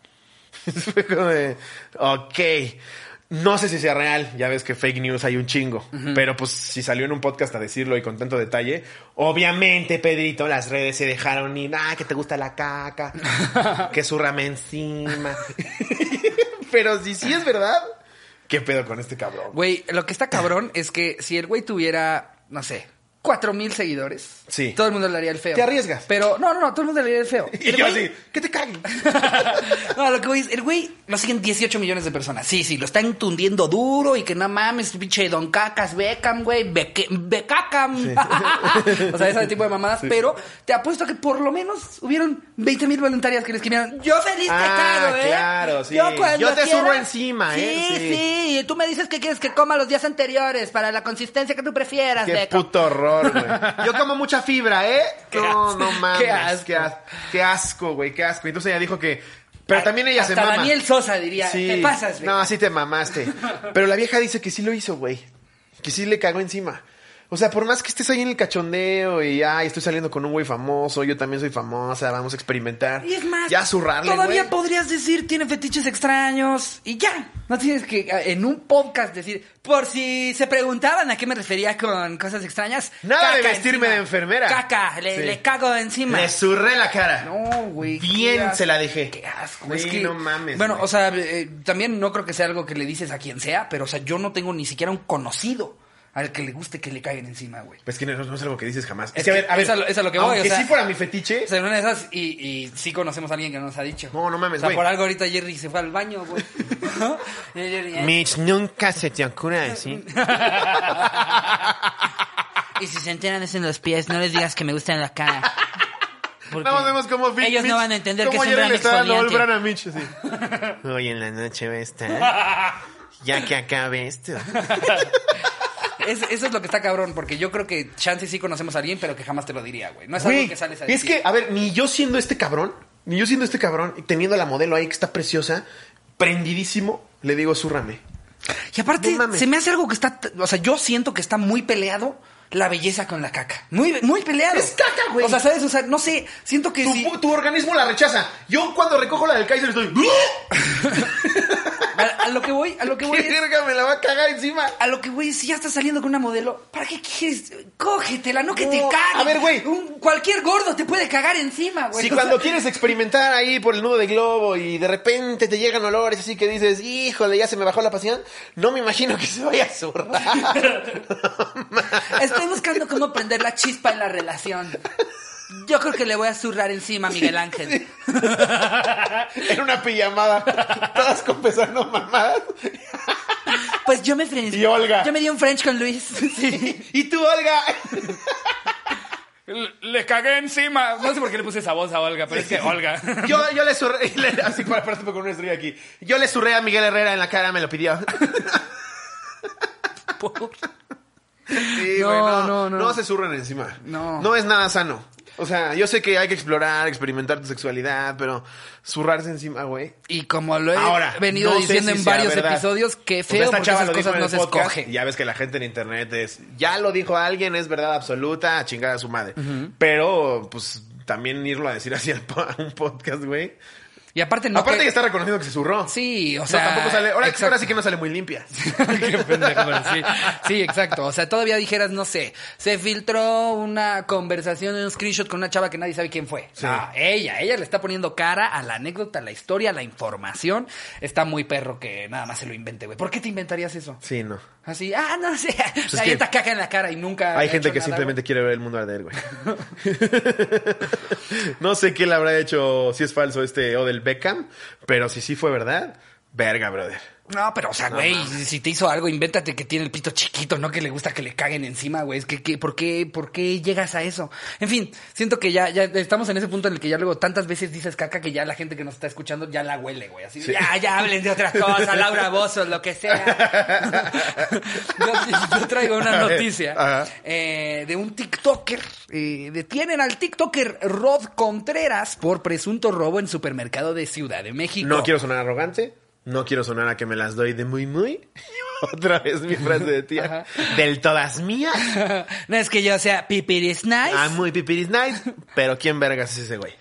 B: Fue como de, ok. No sé si sea real, ya ves que fake news hay un chingo, pero pues si salió en un podcast a decirlo y con tanto detalle, obviamente, Pedrito, las redes se dejaron ir, ah, que te gusta la caca, que zurrame encima. pero si sí es verdad, ¿qué pedo con este cabrón?
A: Güey, lo que está cabrón es que si el güey tuviera, no sé, cuatro mil seguidores,
B: Sí.
A: todo el mundo le haría el feo.
B: Te arriesgas.
A: Pero, no, no, no, todo el mundo le haría el feo.
B: Y
A: El
B: yo
A: güey-
B: así, que te caguen.
A: no, lo que voy es, el güey lo siguen 18 millones de personas. Sí, sí, lo están tundiendo duro y que no mames, pinche Don Cacas, Beckham, güey, Beque- Becacam. o sea, ese tipo de mamadas. Pero te apuesto que por lo menos hubieron 20 mil voluntarias que le escribieron, yo feliz
B: Ah,
A: te cago, ¿eh?
B: claro, sí. Yo te zurro encima, ¿eh?
A: Sí,
B: Sí.
A: sí, y tú me dices que quieres que coma los días anteriores para la consistencia que tú prefieras,
B: Qué
A: Beckham.
B: puto horror, güey. Yo como mucha fibra, ¿eh?
A: Qué
B: no,
A: asco.
B: no mames.
A: Qué asco.
B: Qué, as- qué asco, güey. Qué asco. Entonces ella dijo que. Pero
A: A-
B: también ella se
A: hasta
B: mama.
A: Daniel Sosa diría,
B: Sí.
A: te pasas, Beckham.
B: No, sí te mamaste. Pero la vieja dice que sí lo hizo, güey. Que sí le cagó encima. O sea, por más que estés ahí en el cachondeo y, ay, estoy saliendo con un güey famoso, yo también soy famosa, vamos a experimentar.
A: Y es más,
B: Ya zurrarle,
A: todavía
B: güey.
A: podrías decir tiene fetiches extraños y ya. No tienes que eh, en un podcast decir, por si se preguntaban a qué me refería con cosas extrañas.
B: Nada de
A: caca
B: vestirme
A: encima.
B: de enfermera.
A: Caca, le,
B: Sí.
A: le cago encima.
B: Le zurré la cara.
A: No, güey. qué
B: Bien
A: asco,
B: se la dejé.
A: Qué asco.
B: Sí,
A: es que,
B: no mames.
A: Bueno,
B: güey.
A: o sea, eh, también no creo que sea algo que le dices a quien sea, pero, o sea, yo no tengo ni siquiera un conocido al que le guste que le caigan encima, güey.
B: Pues que no, no es algo que dices jamás. Es,
A: Es
B: que, a
A: que
B: ver, a ver.
A: es a lo- es a lo que voy,
B: aunque
A: o sea-
B: sí fuera mi fetiche.
A: O sea, en una de esas, y, y sí conocemos a alguien que no nos ha dicho.
B: No, no
A: O
B: mames,
A: sea,
B: güey.
A: por algo ahorita Jerry se fue al baño, güey. ¿No? Y Jerry, eh,
B: Mitch, nunca se te ocurra decir.
A: Y si se enteran es en los pies, no les digas que me gusta en la cara. Porque
B: Vamos, vemos cómo Mitch-
A: Ellos no
B: Mitch-
A: van a entender que
B: cómo
A: es un
B: Jerry
A: gran
B: le está dando
A: exfoliante.
B: all brand a Mitch, así. Hoy en la noche va a estar. Ya que acabe esto.
A: Es- eso es lo que está cabrón, porque yo creo que chance sí conocemos a alguien, pero que jamás te lo diría, güey. No es
B: Güey,
A: algo que sales a
B: es
A: decir.
B: que, a ver, ni yo siendo este cabrón, ni yo siendo este cabrón, y teniendo a la modelo ahí que está preciosa, prendidísimo, le digo, zúrrame.
A: Y aparte,
B: No mames.
A: se me hace algo que está... t- O sea, yo siento que está muy peleado la belleza con la caca. Muy, muy peleado.
B: Es caca, güey.
A: O sea, ¿sabes? O sea, no sé, siento que
B: Tu,
A: sí...
B: pu- tu organismo la rechaza. Yo cuando recojo la del Kaiser estoy...
A: A, a lo que voy, a lo que voy
B: ¡Qué
A: es- Ah,
B: verga, me la va a cagar encima!
A: A lo que, güey, si ya estás saliendo con una modelo, ¿para qué quieres? Cógetela, no que te
B: No,
A: cague.
B: a ver, güey.
A: Un- Cualquier gordo te puede cagar encima, güey.
B: Si
A: O sea,
B: cuando quieres experimentar ahí por el nudo de globo y de repente te llegan olores así que dices, híjole, ya se me bajó la pasión, no me imagino que se vaya a zurrar.
A: Estoy buscando cómo prender la chispa en la relación. Yo creo que le voy a zurrar encima a Miguel Ángel.
B: en una pijamada. Todas confesando mamadas.
A: Pues yo me french.
B: Y Olga.
A: Yo me di un French con Luis. Sí.
B: Y tú, Olga.
A: Le cagué encima. No sé por qué le puse esa voz a Olga, pero es que Olga.
B: Yo, yo le zurré. le- Así para aparte con una estrella aquí. Yo le zurré a Miguel Herrera en la cara, me lo pidió. Sí,
A: No,
B: güey,
A: no, no.
B: No se zurren encima.
A: No.
B: No es nada sano. O sea, yo sé que hay que explorar, experimentar tu sexualidad, pero zurrarse encima, güey.
A: Y como lo he
B: Ahora,
A: venido
B: no sé
A: diciendo
B: si
A: en
B: sea
A: varios
B: verdad.
A: episodios,
B: O
A: qué
B: sea,
A: feo
B: esta
A: porque
B: chava
A: esas
B: lo dijo
A: cosas
B: en
A: no
B: el
A: se
B: podcast.
A: escogen.
B: Ya ves que la gente en internet es, ya lo dijo alguien, es verdad absoluta, a chingar a su madre. Pero, pues, también irlo a decir así al po- a un podcast, güey.
A: Y aparte no
B: Aparte
A: que-
B: que está reconociendo que se zurró.
A: Sí, o
B: No,
A: sea,
B: tampoco sale, ahora,
A: exacto.
B: ahora sí que no sale muy limpia.
A: Qué pendejo, pero sí. Sí, exacto. O sea, todavía dijeras, no sé, se filtró una conversación en un screenshot con una chava que nadie sabe quién fue.
B: Sí.
A: No, ella, ella le está poniendo cara a la anécdota, a la historia, a la información. Está muy perro que nada más se lo invente, güey. ¿Por qué te inventarías eso?
B: Sí, no.
A: Así, ah, no sé,
B: Pues es
A: la
B: que
A: avienta caca en la cara y nunca.
B: Hay
A: ha
B: gente
A: Ah, hecho
B: que
A: nada,
B: simplemente quiere ver el mundo arder, güey. no sé qué le habrá hecho, si es falso este o del Beckham, pero si sí fue verdad, verga, brother.
A: güey. No, pero, o sea, güey, si te hizo algo, invéntate que tiene el pito chiquito, no que le gusta que le caguen encima, güey. Es que, que- ¿por, qué, ¿por qué llegas a eso? En fin, siento que ya, ya estamos en ese punto en el que ya luego tantas veces dices caca que ya la gente que nos está escuchando ya la huele, güey. Así, ya, ya hablen de otra cosa, Laura Bozo, lo que sea. yo, yo traigo una
B: A ver,
A: noticia
B: ajá.
A: eh, de un TikToker. eh, detienen al TikToker Rod Contreras por presunto robo en supermercado de Ciudad de México.
B: No quiero sonar arrogante, no quiero sonar a que me las doy de muy muy. Otra vez mi frase de tía. Del todas mías.
A: no es que yo sea pipiris nice.
B: A Ah, muy pipiris nice, pero quién vergas es ese güey.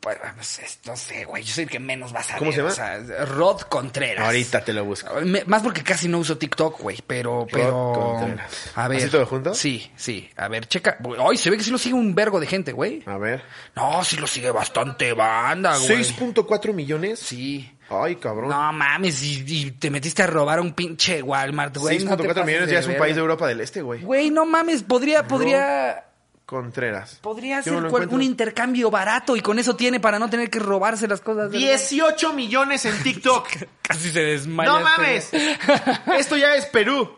A: Pues, pues, es- no sé, güey. Yo soy el que menos vas a
B: ¿Cómo
A: ver,
B: se
A: O sea, Rod Contreras. Ah,
B: Ahorita te lo busco.
A: Me- más porque casi no uso TikTok, güey. Pero, pero.
B: Contreras.
A: A ver.
B: ¿Así todo junto?
A: Sí, sí. A ver, checa. Ay, se ve que sí lo sigue un vergo de gente, güey.
B: A ver.
A: No, sí lo sigue bastante
B: Ah,
A: banda, güey.
B: 6.4 millones.
A: Sí.
B: Ay, cabrón.
A: No mames, y, y te metiste a robar a un pinche Walmart, güey. no te
B: 6.4
A: pases
B: millones
A: de
B: ya es un
A: verga.
B: país de Europa del Este, güey.
A: Güey, no mames, podría, podría,
B: Contreras.
A: podría
B: Yo
A: hacer
B: no lo
A: cual-
B: encuentro.
A: un intercambio barato y con eso tiene para no tener que robarse las cosas. del-
B: 18 millones en TikTok.
A: Casi se desmaya.
B: ¡No
A: este güey.
B: mames! Esto ya es Perú.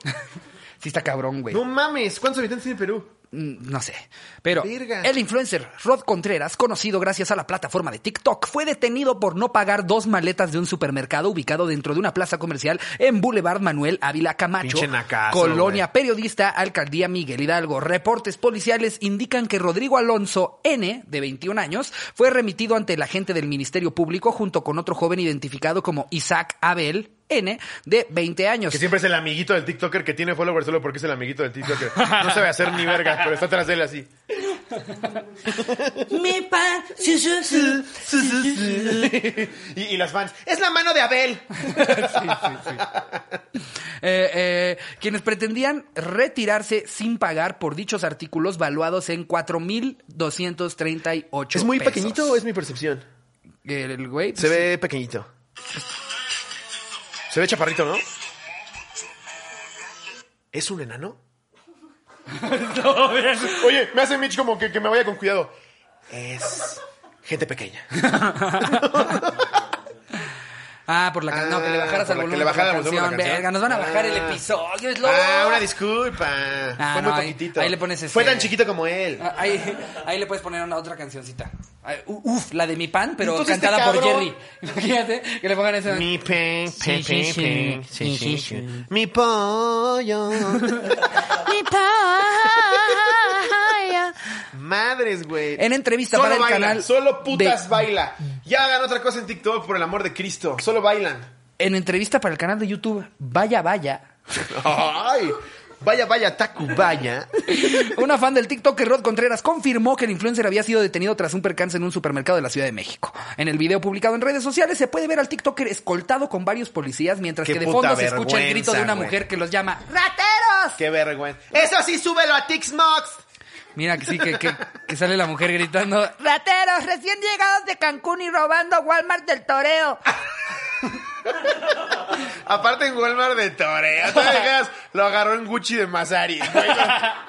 A: Sí está cabrón, güey.
B: ¡No
A: Mm,
B: mames! ¿Cuántos habitantes tiene Perú?
A: No. sé. Pero
B: Verga.
A: el influencer Rod Contreras, conocido gracias a la plataforma de TikTok, fue detenido por no pagar dos maletas de un supermercado ubicado dentro de una plaza comercial en Boulevard Manuel Ávila Camacho,
B: Pinche nacazo,
A: Colonia Periodista, Alcaldía Miguel Hidalgo. Reportes policiales indican que Rodrigo Alonso N, de 21 años, fue remitido ante el agente del Ministerio Público junto con otro joven identificado como Isaac Abel N, de 20 años.
B: Que siempre es el amiguito del TikToker que tiene followers solo porque es el amiguito del TikToker. No sabe hacer ni verga, pero está atrás de él así.
C: Me pan, su, su, su, su, su, su.
B: Y, y las fans, ¡es la mano de Abel!
A: Eh, eh, quienes pretendían retirarse sin pagar por dichos artículos valuados en 4.238
B: ¿Es muy
A: pesos.
B: pequeñito o es mi percepción?
A: El, el güey.
B: Se ve pequeñito. Se ve chaparrito, ¿no? ¿Es un enano? Oye, me hace Mitch como que, que me vaya con cuidado. Es gente pequeña.
A: Ah, por la canción. no, que le
B: Ah,
A: bajaras
B: por
A: al
B: la que
A: volumen.
B: le
A: por
B: bajara
A: la
B: el volumen a la
A: canción.
B: canción.
A: Verga, nos van a bajar el
B: Ah.
A: episodio. Es loco.
B: Ah, una disculpa. Fue
A: Ah, no,
B: muy
A: ahí-
B: poquitito.
A: ahí le pones ese-
B: Fue tan chiquito como él.
A: Ah, Ahí, ahí le puedes poner una otra cancioncita. Ay, u- Uf, la de mi pan, pero
B: Entonces, este
A: cantada por
B: cabrón-
A: Jerry. Imagínate que le pongan esa.
B: Mi pen, pen,
A: sí, sí.
B: pen, pen.
A: Sí, sí,
B: Mi pollo.
C: Me pan,
B: Madres, güey.
A: En entrevista
B: Solo
A: para el
B: baila,
A: canal
B: Solo putas
A: de-
B: baila. Ya hagan otra cosa en TikTok, por el amor de Cristo. Solo bailan.
A: En entrevista para el canal de YouTube, vaya, vaya.
B: Ay. Vaya, vaya, Tacubaya.
A: Una fan del TikTok, Rod Contreras, confirmó que el influencer había sido detenido tras un percance en un supermercado de la Ciudad de México. En el video publicado en redes sociales se puede ver al TikToker escoltado con varios policías, mientras
B: Qué
A: que de
B: puta
A: fondo se escucha el grito de una
B: vergüenza, güey.
A: mujer que los llama ¡Rateros!
B: Qué vergüenza. Eso sí, súbelo a TikTok.
A: Mira que sí, que, que- que sale la mujer gritando ¡Rateros! Recién llegados de Cancún y robando Walmart del toreo.
B: Aparte en Walmart de Toreo. ¿Te dejas? Lo agarró en Gucci de Masari. güey.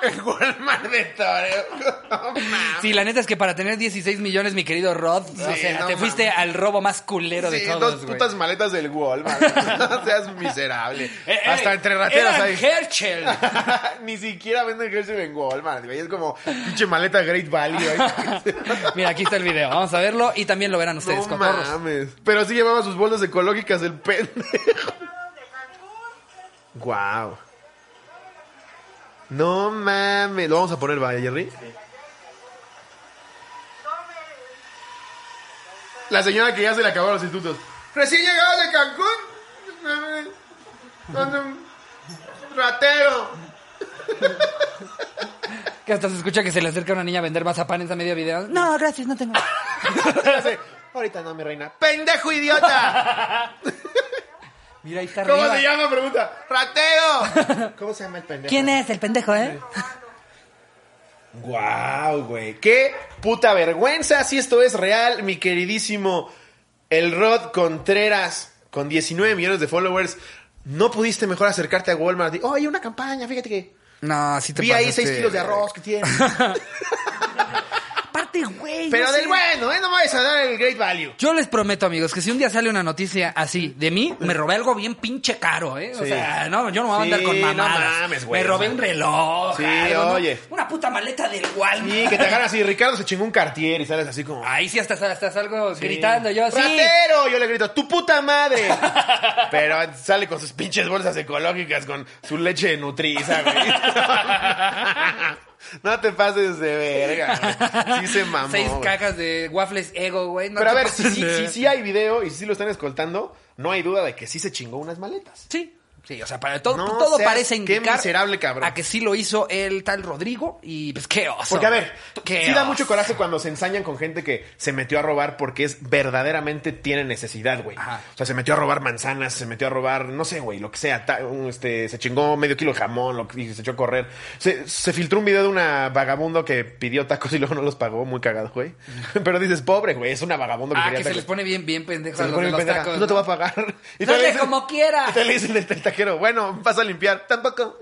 B: En Walmart de Toreo. No mames.
A: Sí, la neta es que para tener 16 millones, mi querido Rod, o
B: Sí,
A: sea,
B: no
A: te fuiste
B: mames.
A: al robo más culero
B: Sí,
A: de todos.
B: dos
A: güey.
B: putas maletas del Walmart. No seas miserable.
A: Eh, eh,
B: Hasta entre rateras
A: eran
B: hay.
A: Herschel.
B: Ni siquiera venden Herschel en Walmart. güey. Es como pinche maleta Great Value. güey.
A: Mira, aquí está el video. Vamos a verlo y también lo verán ustedes,
B: no
A: cotorros.
B: mames. Pero sí llevaba sus bolsas ecológicas el pendejo. Guau. No mames. Lo vamos a poner, vaya, Jerry. La señora que ya se le acabaron los institutos. Recién llegado de Cancún. No mames. Donde un ratero.
A: Que hasta se escucha que se le acerca una niña a vender mazapanes a media video. No, gracias, no tengo.
B: Hace, Ahorita no, mi reina. ¡Pendejo idiota!
A: Mira, ahí está
B: ¿Cómo
A: arriba.
B: se llama? Pregunta. ¡Ratero! ¿Cómo se llama el pendejo?
A: ¿Quién es el pendejo, eh?
B: Guau, güey. Qué puta vergüenza. Si esto es real, mi queridísimo El Rod Contreras, con 19 millones de followers, no pudiste mejor acercarte a Walmart. y, Oh, hay una campaña, fíjate que.
A: No, sí te
B: Vi ahí
A: pasaste
B: 6 kilos de arroz que tiene.
A: Aparte, güey.
B: Pero
A: no
B: del
A: sé.
B: bueno, ¿eh? No me vayas a dar el great value.
A: Yo les prometo, amigos, que si un día sale una noticia así de mí, me robé algo bien pinche caro, ¿eh? O
B: Sí.
A: sea, no, yo no voy a andar
B: Sí,
A: con
B: no
A: mamadas.
B: mames, güey.
A: Me robé un reloj.
B: Sí,
A: algo, ¿no?
B: oye.
A: Una puta maleta del Walmart.
B: Y que te agarras así. Ricardo se chingó un cartier y sales así como.
A: Ahí sí hasta, hasta salgo gritando yo, sí.
B: ¡Ratero! Yo le grito, ¡tu puta madre! Pero sale con sus pinches bolsas ecológicas, con su leche de nutriza, güey. No te pases de verga, güey. Sí se mamó.
A: Seis
B: güey.
A: cajas de waffles ego, güey. No
B: Pero a
A: te
B: ver, si
A: pases
B: sí
A: de-
B: hay video y si lo están escoltando, no hay duda de que sí se chingó unas maletas.
A: Sí. Sí, o sea, para todo,
B: No
A: todo
B: seas-
A: parece
B: qué
A: indicar
B: miserable cabrón.
A: a que sí lo hizo el tal Rodrigo y pues qué oso.
B: Porque, a ver,
A: Qué
B: sí da
A: oso.
B: mucho coraje cuando se ensañan con gente que se metió a robar porque es verdaderamente tiene necesidad, güey.
A: Ajá.
B: O sea, se metió a robar manzanas, se metió a robar, no sé, güey, lo que sea. ta- un, este, se chingó medio kilo de jamón lo que, y se echó a correr. Se, se filtró un video de una vagabundo que pidió tacos y luego no los pagó, muy cagado, güey. Pero dices, pobre, güey, es una vagabundo que
A: Ah,
B: quería
A: que se
B: tacos.
A: les pone bien, bien pendejos
B: Se
A: a
B: les
A: los
B: pone
A: de
B: bien
A: los
B: pendeja,
A: tacos.
B: Tú no te
A: ¿no?
B: vas a pagar. Y te
A: Dale
B: le dicen-
A: como quiera.
B: Y te le dicen el, el taquero, bueno, vas a limpiar. Tampoco.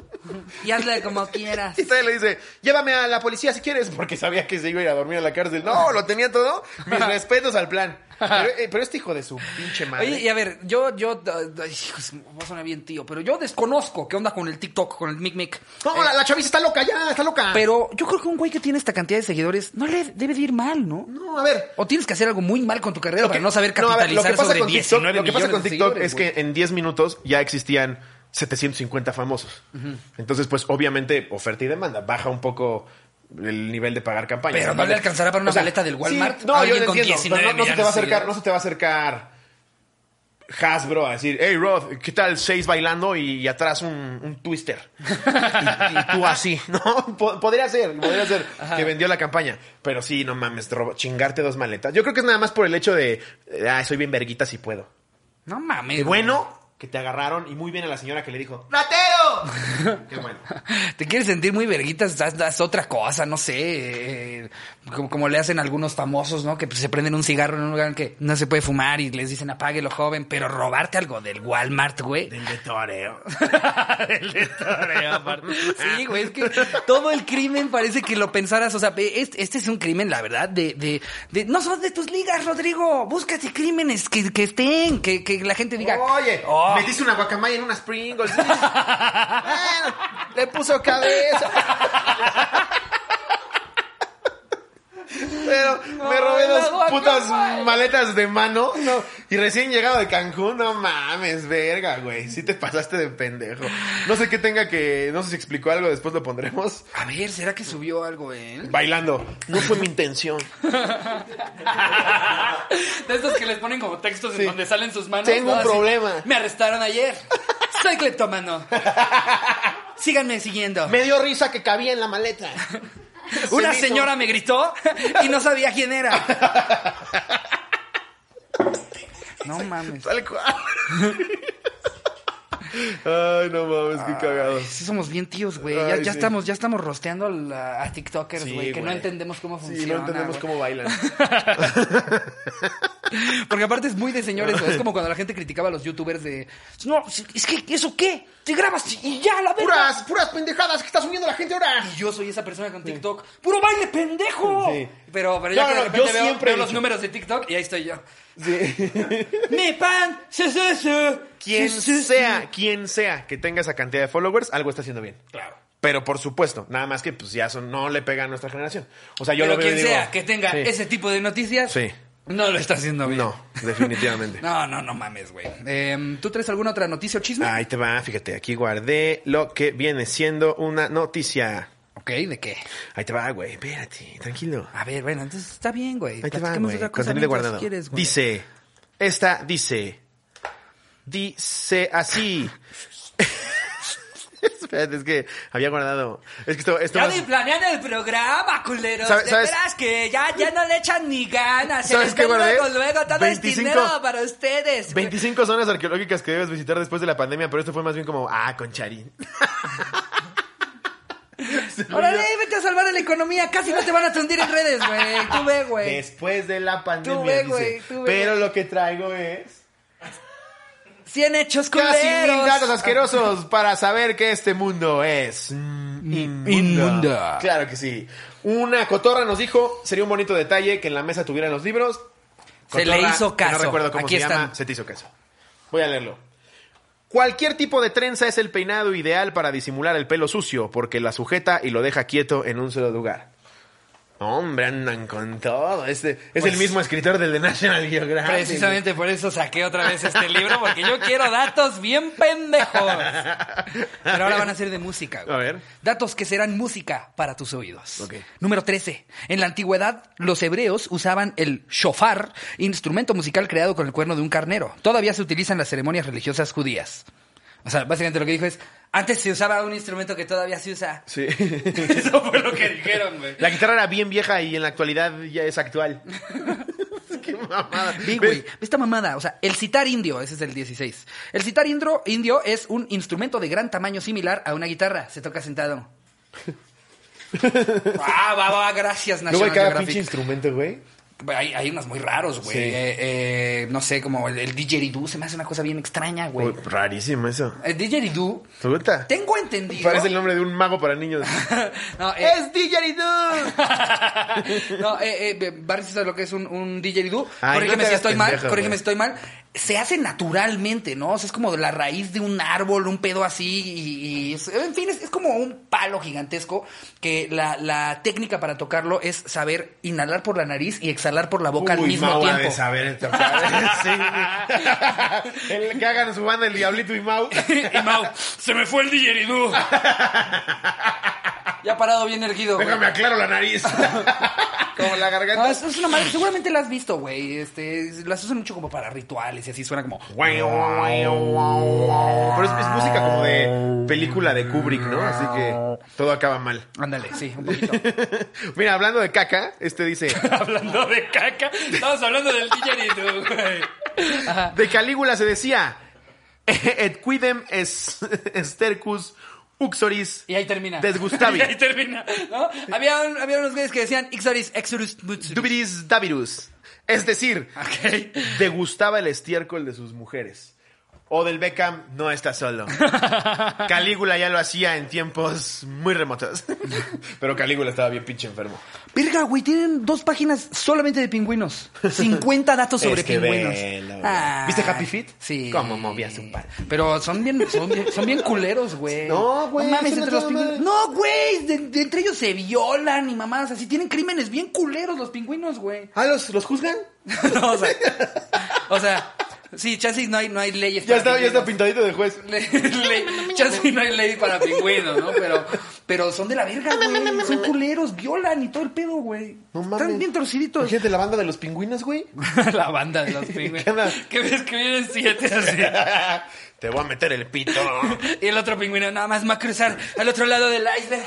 A: Y hazle como quieras.
B: Y todavía le dice, llévame a la policía si quieres, porque sabía que se iba a ir a dormir a la cárcel. No, lo tenía todo. Mis respetos al plan. Pero, eh, pero este hijo de su pinche madre.
A: Oye, y a ver, yo, yo, ay, hijos, va a sonar bien tío, pero yo desconozco qué onda con el TikTok, con el Mic Mic.
B: no, la, la chaviza está loca ya, está loca.
A: Pero yo creo que un güey que tiene esta cantidad de seguidores no le debe de ir mal, ¿no?
B: no, a ver.
A: O tienes que hacer algo muy mal con tu carrera
B: lo
A: para
B: que-
A: no saber
B: no, a
A: capitalizar
B: ver, lo que pasa
A: sobre
B: con TikTok,
A: 19
B: lo que pasa
A: millones
B: con
A: de
B: TikTok
A: seguidores,
B: es que en 10 minutos ya existían 750 famosos. Entonces, pues obviamente, oferta y demanda. Baja un poco el nivel de pagar campaña.
A: Pero no le alcanzará para una maleta del Walmart
B: no, yo
A: alguien
B: lo
A: con
B: entiendo.
A: 19
B: pero no, no se te va a
A: millones de
B: acercar,
A: seguidores.
B: no se te va a acercar Hasbro a decir, hey Rod, ¿qué tal seis bailando y, y atrás un, un twister? Y, y tú así, ¿no? Po- podría ser, podría ser que vendió la campaña. Pero sí, no mames, te robo- chingarte dos maletas. Yo creo que es nada más por el hecho de, eh, ah, soy bien verguita si puedo.
A: No mames.
B: Y bueno, que te agarraron y muy bien a la señora que le dijo, ¡Ratero! Qué bueno.
A: güey. Te quieres sentir muy verguitas, haz, haz otra cosa, no sé. eh, como, como le hacen algunos famosos, ¿no? Que pues, se prenden un cigarro en un lugar en que no se puede fumar y les dicen apáguelo, joven. Pero robarte algo del Walmart, güey.
B: Del de toreo. Ah,
A: Del de toreo, aparte. Sí, güey, es que todo el crimen parece que lo pensaras. O sea, este, este es un crimen, la verdad, de, de, de- No son de tus ligas, Rodrigo. Búscate crímenes que, que estén, que, que la gente diga.
B: Oye,
A: "Oh,
B: metiste una guacamaya en unas Pringles. ¿sí? Bueno, le puso cabeza. Pero me robé
A: la
B: dos
A: guacamaya.
B: putas maletas de mano. no, Y recién llegado de Cancún, no mames, verga, güey. Sí te pasaste de pendejo. No sé qué tenga que. No sé si explicó algo, después lo pondremos.
A: A ver, ¿será que subió algo él?
B: Bailando. No fue mi intención.
A: De estos que les ponen como textos
B: Sí.
A: en donde salen sus manos.
B: Tengo un
A: Así,
B: problema.
A: Me arrestaron ayer. Soy cleptomano. Síganme siguiendo.
B: Me dio risa que cabía en la maleta.
A: Una
B: Se me hizo-
A: señora me gritó y no sabía quién era. No mames.
B: Tal cual. Ay, no mames, qué cagado.
A: Sí somos bien tíos, güey.
B: Ay,
A: Ya, ya
B: sí.
A: estamos, ya estamos rosteando la- a TikTokers,
B: Sí,
A: güey, que no
B: güey.
A: entendemos cómo funciona.
B: Sí, no entendemos
A: güey.
B: cómo bailan.
A: Porque aparte es muy de señores, güey. es como cuando la gente criticaba a los youtubers de no, es que eso qué, te grabas y ya la verga.
B: Puras, puras pendejadas que está subiendo la gente ahora.
A: Y yo soy esa persona con TikTok. ¡Puro baile, pendejo!
B: Sí.
A: Pero, pero
B: No,
A: ya que
B: no,
A: de
B: yo
A: repente veo,
B: siempre
A: veo
B: he
A: los
B: dicho.
A: números de TikTok y ahí estoy yo. ¡Mi pan! ¡Se, se, se!
B: Quien
A: se, se, se.
B: sea, quien sea que tenga esa cantidad de followers, algo está haciendo bien.
A: Claro.
B: Pero por supuesto, nada más que pues ya son, no le pega a nuestra generación. O sea, yo
A: Pero
B: lo veo y
A: quien
B: digo,
A: sea que tenga
B: sí.
A: ese tipo de noticias,
B: Sí.
A: no lo está haciendo bien.
B: No, definitivamente.
A: No, no, no mames, güey. Em, ¿Tú traes alguna otra noticia o chisme?
B: Ahí te va, fíjate, aquí guardé lo que viene siendo una noticia.
A: Ok, ¿de qué?
B: Ahí te va, güey, espérate, tranquilo.
A: A ver, bueno, entonces está bien, güey.
B: Ahí te va,
A: Platiquemos
B: güey.
A: otra cosa
B: Contenido
A: mientras
B: guardado.
A: quieres, güey.
B: dice, esta dice, dice así. Espérate, es que había guardado. Es que esto, esto
A: Ya
B: más-
A: ni planean el programa, culeros.
B: ¿Sabes-
A: ¿Sabes,
B: sabes-
A: que ya, ya no le echan ni ganas. Se
B: ¿Sabes
A: les
B: qué
A: ve
B: guardé?
A: Luego, luego, todo es
B: 25.
A: dinero para ustedes. güey.
B: 25 zonas arqueológicas que debes visitar después de la pandemia, pero esto fue más bien como, ah, con Charín.
A: Órale, vete a salvar a la economía. Casi no te van a tundir en redes, güey. Tú ve, güey.
B: Después de la pandemia.
A: Tú ve,
B: dice.
A: güey, tú ve,
B: pero
A: güey.
B: lo que traigo es.
A: 100 hechos culeros.
B: Casi mil datos asquerosos para saber que este mundo es mm, inmundo.
A: inmundo.
B: Claro que sí. Una cotorra nos dijo, sería un bonito detalle que en la mesa tuvieran los libros.
A: Se le hizo
B: que
A: caso.
B: No recuerdo cómo
A: Aquí
B: se
A: están.
B: llama, se te hizo caso. Voy a leerlo. Cualquier tipo de trenza es el peinado ideal para disimular el pelo sucio, porque la sujeta y lo deja quieto en un solo lugar. Hombre, andan con todo. Este es
A: Pues
B: el mismo escritor del The National Geographic.
A: Precisamente por eso saqué otra vez este libro, porque yo quiero datos bien pendejos. Pero ahora van a ser de música. güey.
B: A ver.
A: Datos que serán música para tus oídos.
B: Ok.
A: Número 13. En la antigüedad, los hebreos usaban el shofar, instrumento musical creado con el cuerno de un carnero. Todavía se utiliza en las ceremonias religiosas judías. O sea, básicamente lo que dijo es, antes se usaba un instrumento que todavía se usa.
B: Sí.
A: Eso fue lo que dijeron, güey.
B: La guitarra era bien vieja y en la actualidad ya es actual. Qué mamada.
A: Ve, güey, ve Ah, esta mamada. O sea, el citar indio, ese es el 16. El citar indio, indio es un instrumento de gran tamaño similar a una guitarra. Se toca sentado. ah, va, va, gracias,
B: Luego
A: National
B: hay cada
A: Geographic.
B: pinche instrumento, güey.
A: Hay, hay unos muy raros, güey.
B: Sí.
A: Eh, eh, no sé, como el, el didgeridoo se me hace una cosa bien extraña, güey. Eh,
B: Uy, Rarísimo eso.
A: El didgeridoo,
B: ¿Te gusta?
A: tengo entendido.
B: Parece el nombre de un mago para niños.
A: No, eh,
B: ¡Es didgeridoo!
A: no, eh, eh, Barry, ¿sí ¿sabes lo que es un, un didgeridoo?
B: Ay,
A: corrígeme
B: no te
A: si
B: hagas
A: estoy mal,
B: pendejo,
A: corrígeme
B: güey.
A: si estoy mal. Se hace naturalmente, ¿no? O sea, es como de la raíz de un árbol, un pedo así, y, y es- en fin, es, es como un palo gigantesco que la, la técnica para tocarlo es saber inhalar por la nariz y exhalar por la boca al
B: Uy,
A: mismo
B: Mau ha
A: tiempo.
B: de saber tocar. Sí. El que hagan su banda El Diablito y Mau.
A: y Mau, se me fue el didgeridoo. ya parado bien erguido. güey.
B: Déjame aclaro la nariz.
D: Como la garganta.
A: No, es, es una madre, seguramente la has visto, güey. Este, las usan mucho como para rituales y así suena como.
D: Pero es, es música como de película de Kubrick, ¿no? Así que todo acaba mal.
A: Ándale, sí, un poquito.
D: Mira, hablando de caca, este dice,
A: hablando de caca, estamos hablando del didgeridoo, güey. Ajá.
D: de Calígula se decía, et quidem es, estercus uxoris
A: Y ahí termina.
D: Desgustavi.
A: y ahí termina, ¿no? Había, un- había unos güeyes que decían Ixoris, Exorus, Mutsuris.
D: dubiris davirus. Es decir,
A: Ok.
D: degustaba el estiércol de sus mujeres. O del Beckham no está solo. Calígula ya lo hacía en tiempos muy remotos. Pero Calígula estaba bien pinche enfermo.
A: Verga, güey, tienen dos páginas solamente de pingüinos. 50 datos sobre
D: Es que
A: pingüinos.
D: velo,
A: Ah,
D: ¿Viste Happy Feet?
A: Sí.
D: Cómo movía su pan.
A: Pero son bien, son bien, son bien culeros, güey.
D: No, güey,
A: mames,
D: eso no
A: entre los
D: está
A: pingüinos.
D: mal.
A: No, güey, de- de entre ellos se violan y mamás. Así tienen crímenes bien culeros los pingüinos, güey.
D: ¿Ah, los, los juzgan?
A: No, o sea, o sea, sí, chasis no hay, no hay leyes.
D: Ya
A: para
D: está, ya está
A: pingüinos.
D: pintadito de juez.
A: Le- le- chasis no hay ley para pingüinos, ¿no? Pero, pero son de la verga, güey. Son culeros, violan y todo el pedo, güey.
D: No mames.
A: Están bien torciditos.
D: Imagínate la banda de los pingüinos, güey.
A: la banda de los pingüinos.
D: ¿Qué onda?
A: Que ves que vienen siete así.
D: Te voy a meter el pito.
A: Y el otro pingüino nada más va a cruzar al otro lado del iceberg.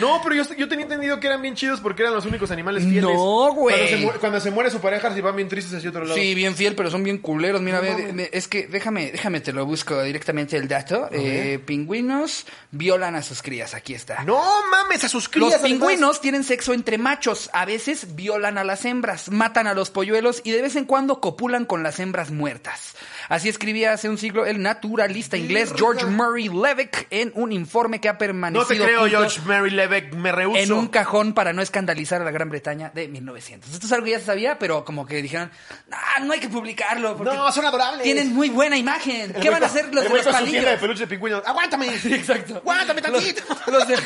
D: No, pero yo, yo tenía entendido que eran bien chidos porque eran los únicos animales fieles.
A: No, güey.
D: Cuando se, muere, cuando se muere su pareja, se van bien tristes hacia otro lado.
A: Sí, bien fiel, pero son bien culeros. Mira, ve,
D: mames.
A: ve, es que déjame, déjame te lo busco directamente el dato. Eh, pingüinos violan a sus crías. Aquí está.
D: No mames, a sus crías.
A: Los
D: además.
A: pingüinos tienen sexo entre machos, a veces violan a las hembras, matan a los polluelos y de vez en cuando copulan con las hembras muertas. Así escribía hace un siglo el naturalista inglés George Murray Levick en un informe que ha permanecido
D: No te creo,
A: oculto
D: George Mary Lebeck, me rehuso.
A: en un cajón para no escandalizar a la Gran Bretaña de 1900. Esto es algo que ya se sabía, pero como que dijeron, ah, no hay que publicarlo porque
D: No, son adorables.
A: tienen muy buena imagen. ¿Qué van a hacer los
D: El
A: de
D: güey
A: los
D: con su tienda de
A: palillos?
D: peluche de pingüinos. ¡Aguántame!
A: Sí, exacto.
D: ¡Aguántame tantito!
A: Los, los de,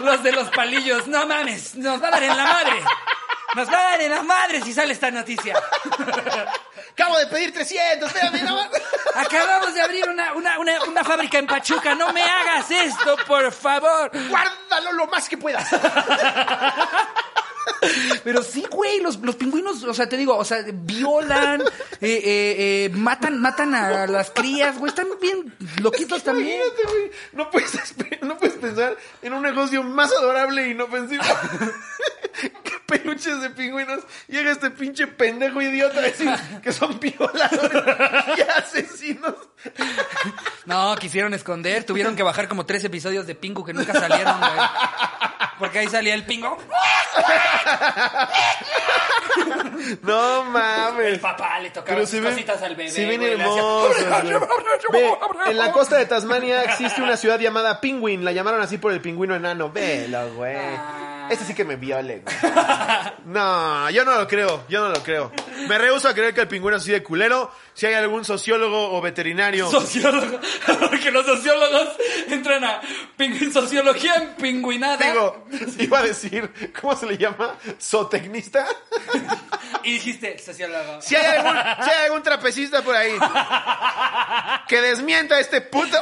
A: los de los palillos, no mames, nos va a dar en la madre. Nos va a dar en la madre si sale esta noticia.
D: ¡Acabo de pedir 300! ¡Espérame, no más!
A: Acabamos de abrir una, una, una, una fábrica en Pachuca, no me hagas esto, por favor.
D: ¡Guárdalo lo más que puedas!
A: Pero sí, güey, los, los pingüinos, o sea, te digo, o sea, violan, eh, eh, eh, matan, matan a las crías, güey, están bien loquitos también.
D: Imagínate, güey. No puedes, espe- no puedes pensar en un negocio más adorable e inofensivo. que peluches de pingüinos. Llega este pinche pendejo idiota a decir que son violadores y asesinos.
A: No, quisieron esconder, tuvieron que bajar como tres episodios de Pingu que nunca salieron, güey. Porque ahí salía el pingo.
D: No mames.
A: El papá le tocaba
D: Pero
A: sus
D: se ven,
A: cositas al bebé.
D: se ven
A: güey, le hacía-
D: hermosos. güey. Ve, en la costa de Tasmania existe una ciudad llamada Penguin. La llamaron así por el pingüino enano. Velo, güey.
A: Ah.
D: Este sí que me viole, güey. No, yo no lo creo. Yo no lo creo. Me rehuso a creer que el pingüino es así de culero. Si hay algún sociólogo o veterinario.
A: Sociólogo. Porque los sociólogos entran a pingüin- sociología en pingüinada.
D: Digo, iba a decir, ¿cómo se le llama? ¿Zootecnista?
A: Y dijiste, sociólogo.
D: Si hay algún, si hay algún trapecista por ahí que desmienta a este puto.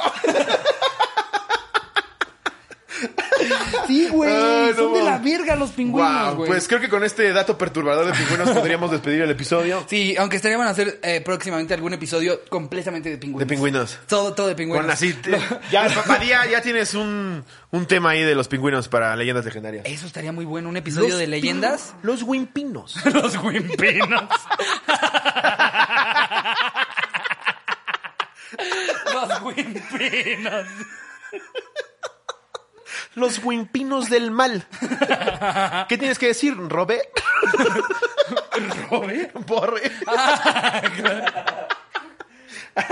A: Sí, güey.
D: Ay, Ah, no
A: son de la
D: mames.
A: verga los pingüinos,
D: Wow,
A: güey.
D: pues creo que con este dato perturbador de pingüinos podríamos despedir el episodio.
A: Sí, aunque estarían a hacer eh, próximamente algún episodio completamente de pingüinos.
D: De pingüinos.
A: Todo, todo de pingüinos.
D: Con así, te- ya, papá, ya, ya tienes un, un tema ahí de los pingüinos para leyendas legendarias.
A: Eso estaría muy bueno, un episodio
D: Los
A: de leyendas.
D: pin- Los wimpinos.
A: los wimpinos. los wimpinos.
D: Los wimpinos del mal. ¿Qué tienes que decir, Robé?
A: ¿Robe?
D: Borre.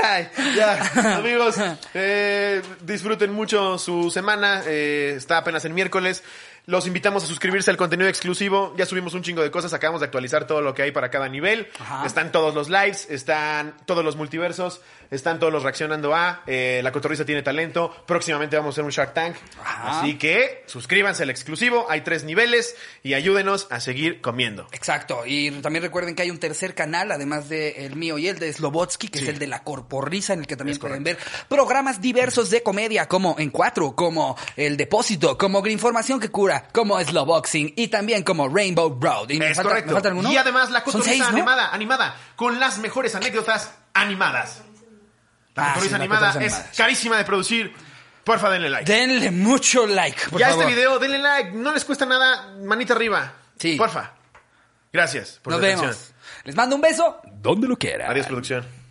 D: Ay, ya, amigos, eh, disfruten mucho su semana. eh, está apenas el miércoles. Los invitamos a suscribirse al contenido exclusivo. Ya subimos un chingo de cosas. Acabamos de actualizar todo lo que hay para cada nivel.
A: Ajá.
D: Están todos los lives, están todos los multiversos, están todos los reaccionando a. eh, la cotorriza tiene talento. Próximamente vamos a hacer un Shark Tank.
A: Ajá.
D: Así que suscríbanse al exclusivo. Hay tres niveles y ayúdenos a seguir comiendo.
A: Exacto, y también recuerden que hay un tercer canal, además de el mío y el de Slobotsky, que es el de la corporrisa, en el que también pueden ver programas diversos de comedia, como En Cuatro, como El Depósito, como Información que Cura, cultura, como Slow Boxing y también como Rainbow Road. Y me
D: Es
A: falta-
D: correcto.
A: ¿me falta alguno?
D: Y además la
A: Son
D: cotorriza
A: seis, ¿no?
D: animada, animada, con las mejores anécdotas animadas. La
A: Ah,
D: cotorriza
A: sí, la
D: animada
A: cotorriza
D: es
A: animada.
D: carísima de producir. Porfa, denle like.
A: Denle mucho like, por
D: ya
A: favor.
D: este video, denle like. No les cuesta nada. Manita arriba.
A: Sí.
D: Porfa. Gracias por
A: Nos
D: su atención.
A: vemos. Les mando un beso donde lo quieran.
D: Adiós, producción.